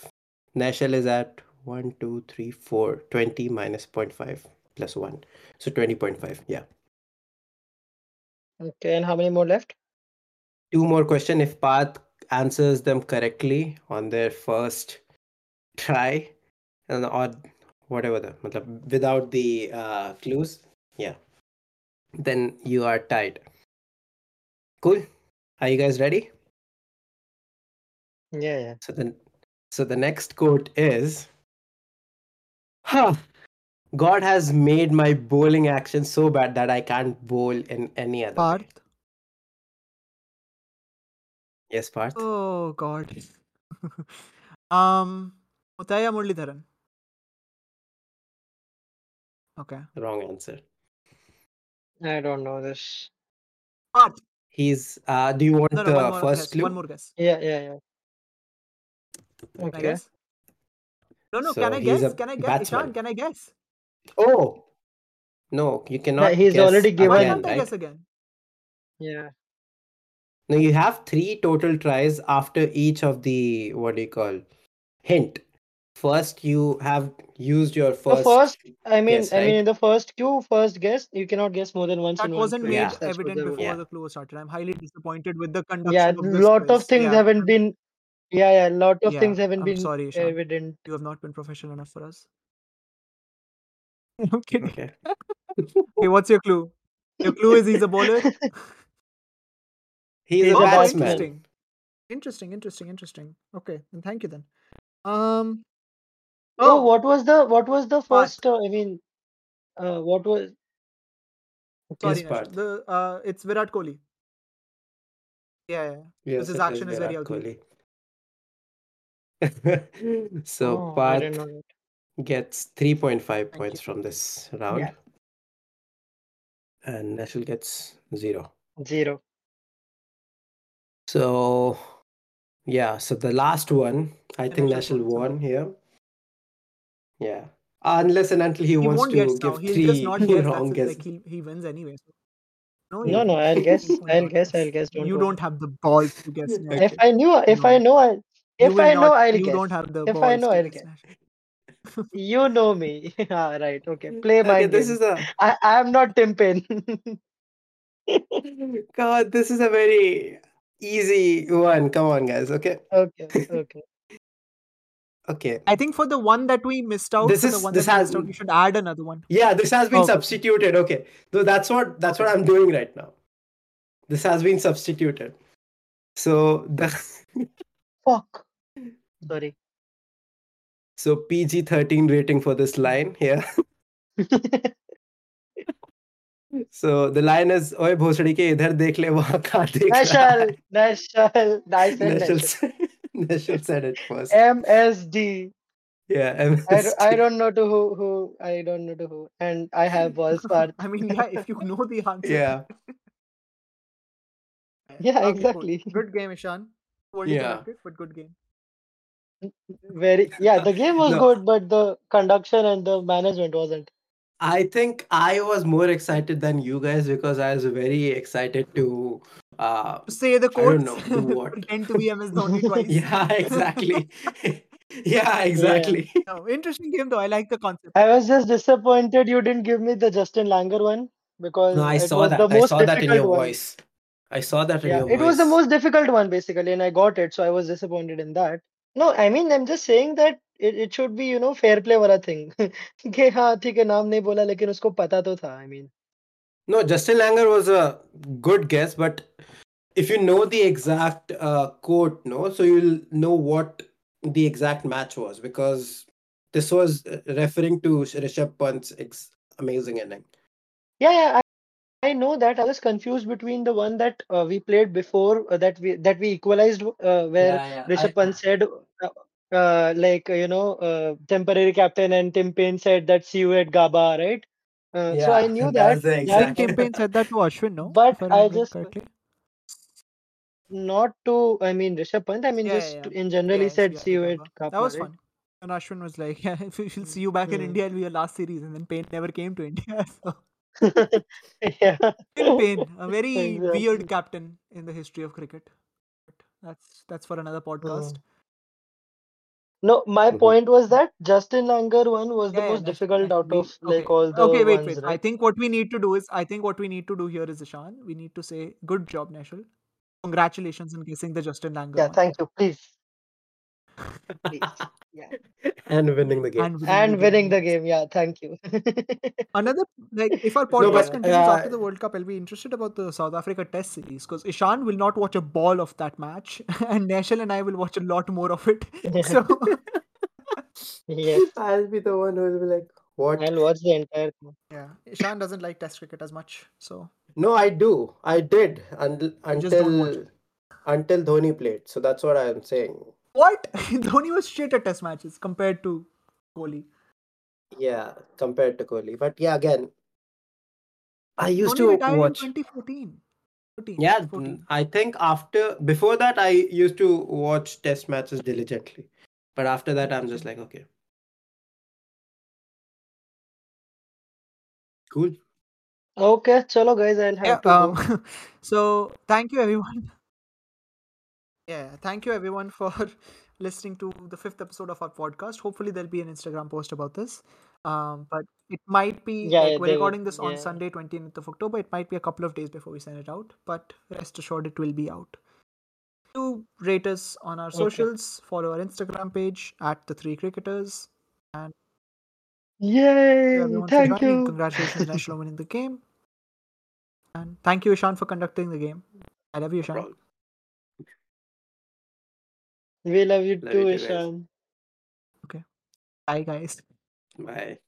Nashal is at 1, 2, 3, 4. 20 minus 0.5 plus 1. So 20.5. Yeah. Okay, and how many more left? Two more question. If Parth answers them correctly on their first try, and or whatever the matlab, without the uh, clues, yeah, then you are tied. Cool. Are you guys ready? Yeah, yeah. So then, so the next quote is, huh, God has made my bowling action so bad that I can't bowl in any other. way. Parth. Yes, Parth. Oh God. um, Mutaya Murlidharan. Okay. Wrong answer. I don't know this. Parth. He's. Uh, do you want No, no, one the more guess. first clue? One more guess. Yeah, yeah, yeah. Can I Okay. guess? No, no. can So I he's guess? a Can I guess? batsman. Ishan, can I guess? Oh, no, you cannot. he's guess already Why given- again, can't I right? guess again? Yeah. No, you have three total tries after each of the what do you call hint. First, you have used your The first. first, I mean, guess, I mean, right? in the first cue, first guess, you cannot guess more than once That in one wasn't quiz. made Yeah. That's what evident they were- before Yeah. the clue started. I'm highly disappointed with the conduction Yeah, of this lot of quiz. things yeah. haven't been. Yeah, yeah, lot of Yeah, things haven't I'm been sorry, Ishan. evident. You have not been professional enough for us. I'm kidding. Okay. Okay, what's your clue? Your clue is he's a bowler. He's, He's a a oh, batsman. batsman. interesting. Interesting, interesting, interesting. Okay, then thank you then. Um. Oh, what was the what was the Parth. first? Uh, I mean, uh, what was? Sorry, Yes, Nash. Parth. The uh, it's Virat Kohli. Yeah, yeah. Yes, his it action is very Virat ugly. Kohli. so Oh, I Parth didn't know. that. gets 3.5 Thank points you. from this round, Yeah. and Nashil gets zero. Zero. So, yeah. So the last one, I think Nashil Nashil won, so- won here. Yeah. Unless and until he, He wants won't guess to now. give He'll just three not guess. That's wrong it. guesses. Like he, he wins anyway. So. No, No, you no, I'll guess. will I'll not guess. I'll guess. Don't You worry. don't have the balls to guess. Nash. If I knew, if I No. know, I You if will I know, not. I'll You guess. don't have the If I balls know, to I'll guess. guess. Nash. You know me. Ah, right. Okay. Mm. Play my Okay, game. this is a I I am not Tim Pin. God, this is a very easy one. Come on, guys. Okay. okay. Okay. Okay. I think for the one that we missed out, This for the is- one this that we has- missed out, we should add another one. Yeah, this has been Okay. substituted. Okay. So that's what that's what I'm doing right now. This has been substituted. So the Fuck. Sorry. so PG thirteen rating for this line here. So the line is Oye Bhosadi ke idhar dekh le wahan ka dekh Nashal. Nashal. I said Nashal Nashal. said, Nashal said it first. MSD. Yeah, Eh, I, d- I MST. don't know to who who I don't know to who and I have balls part. I mean, yeah, if you know the answer. Yeah, Yeah, cool. exactly. Good game, Ishan. Poorly Yeah. conducted, but good game. Very yeah, the game was No. good, but the conduction and the management wasn't. I think I was more excited than you guys because I was very excited to. Uh, To say the I don't quotes. know, do what? Pretend to be MS Dhoni twice. yeah, exactly. yeah, exactly. No, interesting game though. I like the concept. I was just disappointed you didn't give me the Justin Langer one because No, I it saw was the that. I most saw that in difficult your one. voice. I saw that in Yeah, your it was the voice. most difficult one basically, and I got it, so I was disappointed in that. No, I mean I'm just saying that it, it should be you know fair play वाला thing. कि हाँ ठीक है नाम नहीं बोला लेकिन उसको पता तो था. I mean No, Justin Langer was a good guess, but if you know the exact uh, quote, no, so you'll know what the exact match was because this was uh, referring to Rishabh Pant's ex- amazing inning. Yeah, yeah, I, I know that. I was confused between the one that uh, we played before uh, that we that we equalized uh, where Rishabh Pant said uh, uh, like uh, you know uh, temporary captain and Tim Payne said that see you at Gaba, right? Uh, so I knew that, that's I the think exact. Tim Payne said that to Ashwin, no? but If I I remember it just- correctly. not to I mean Rishabh Pant. I mean Yeah, yeah, just yeah. in general he Yeah, said yeah, see you at Gaba. That was fun. right? And Ashwin was like, yeah, we'll see you back in Mm. India. It'll be your last series. And then Payne never came to India. So. yeah. Tim Payne, a very Exactly. weird captain in the history of cricket. But that's that's for another podcast. Oh, No, my Mhm. point was that Justin Langer one was the Yeah, yeah, most that's- difficult that's- out we- of like okay. all the okay, wait, ones, wait. I right? think what we need to do is I think what we need to do here is Ishan. We need to say good job, Nashal. Congratulations on guessing the Justin Langer Yeah, one thank you. Please, please. Yeah. and winning the game. and winning And winning the yes. game. Yeah, thank you. Another like if our No, podcast but, continues uh, after the World Cup, I'll be interested about the South Africa Test series because Ishan will not watch a ball of that match, and Nashal and I will watch a lot more of it. So Yes, I'll be the one who will be like, what? I'll watch the entire thing. Yeah, Ishan doesn't like Test cricket as much, so No, I do. I did until just don't watch until until Dhoni played. So that's what I'm saying. what? Dhoni was shit at Test matches compared to Kohli. Yeah, compared to Kohli, but yeah, again, I used Dhoni to retired watch. in 2014. 14, Yeah, 14. I think after before that I used to watch test matches diligently. But after that I'm just like okay. Cool. Okay, chalo guys, I'll have yeah, to go. um, so thank you everyone. Yeah, thank you everyone for listening to the fifth episode of our podcast. Hopefully, there'll be an Instagram post about this. Um, but it might be Yeah, like we're yeah, there will- recording this on yeah. Sunday, 29th of October. It might be a couple of days before we send it out, but rest assured it will be out. Do rate us on our Okay. socials, follow our Instagram page at the three cricketers. Thank Yay! you everyone Thank for joining. you. Congratulations, National winning the game. And thank you, Ishan, for conducting the game. I love you, Ishan. Problem. We love you Love you too, too, guys. Ishan. Bye, guys. Bye.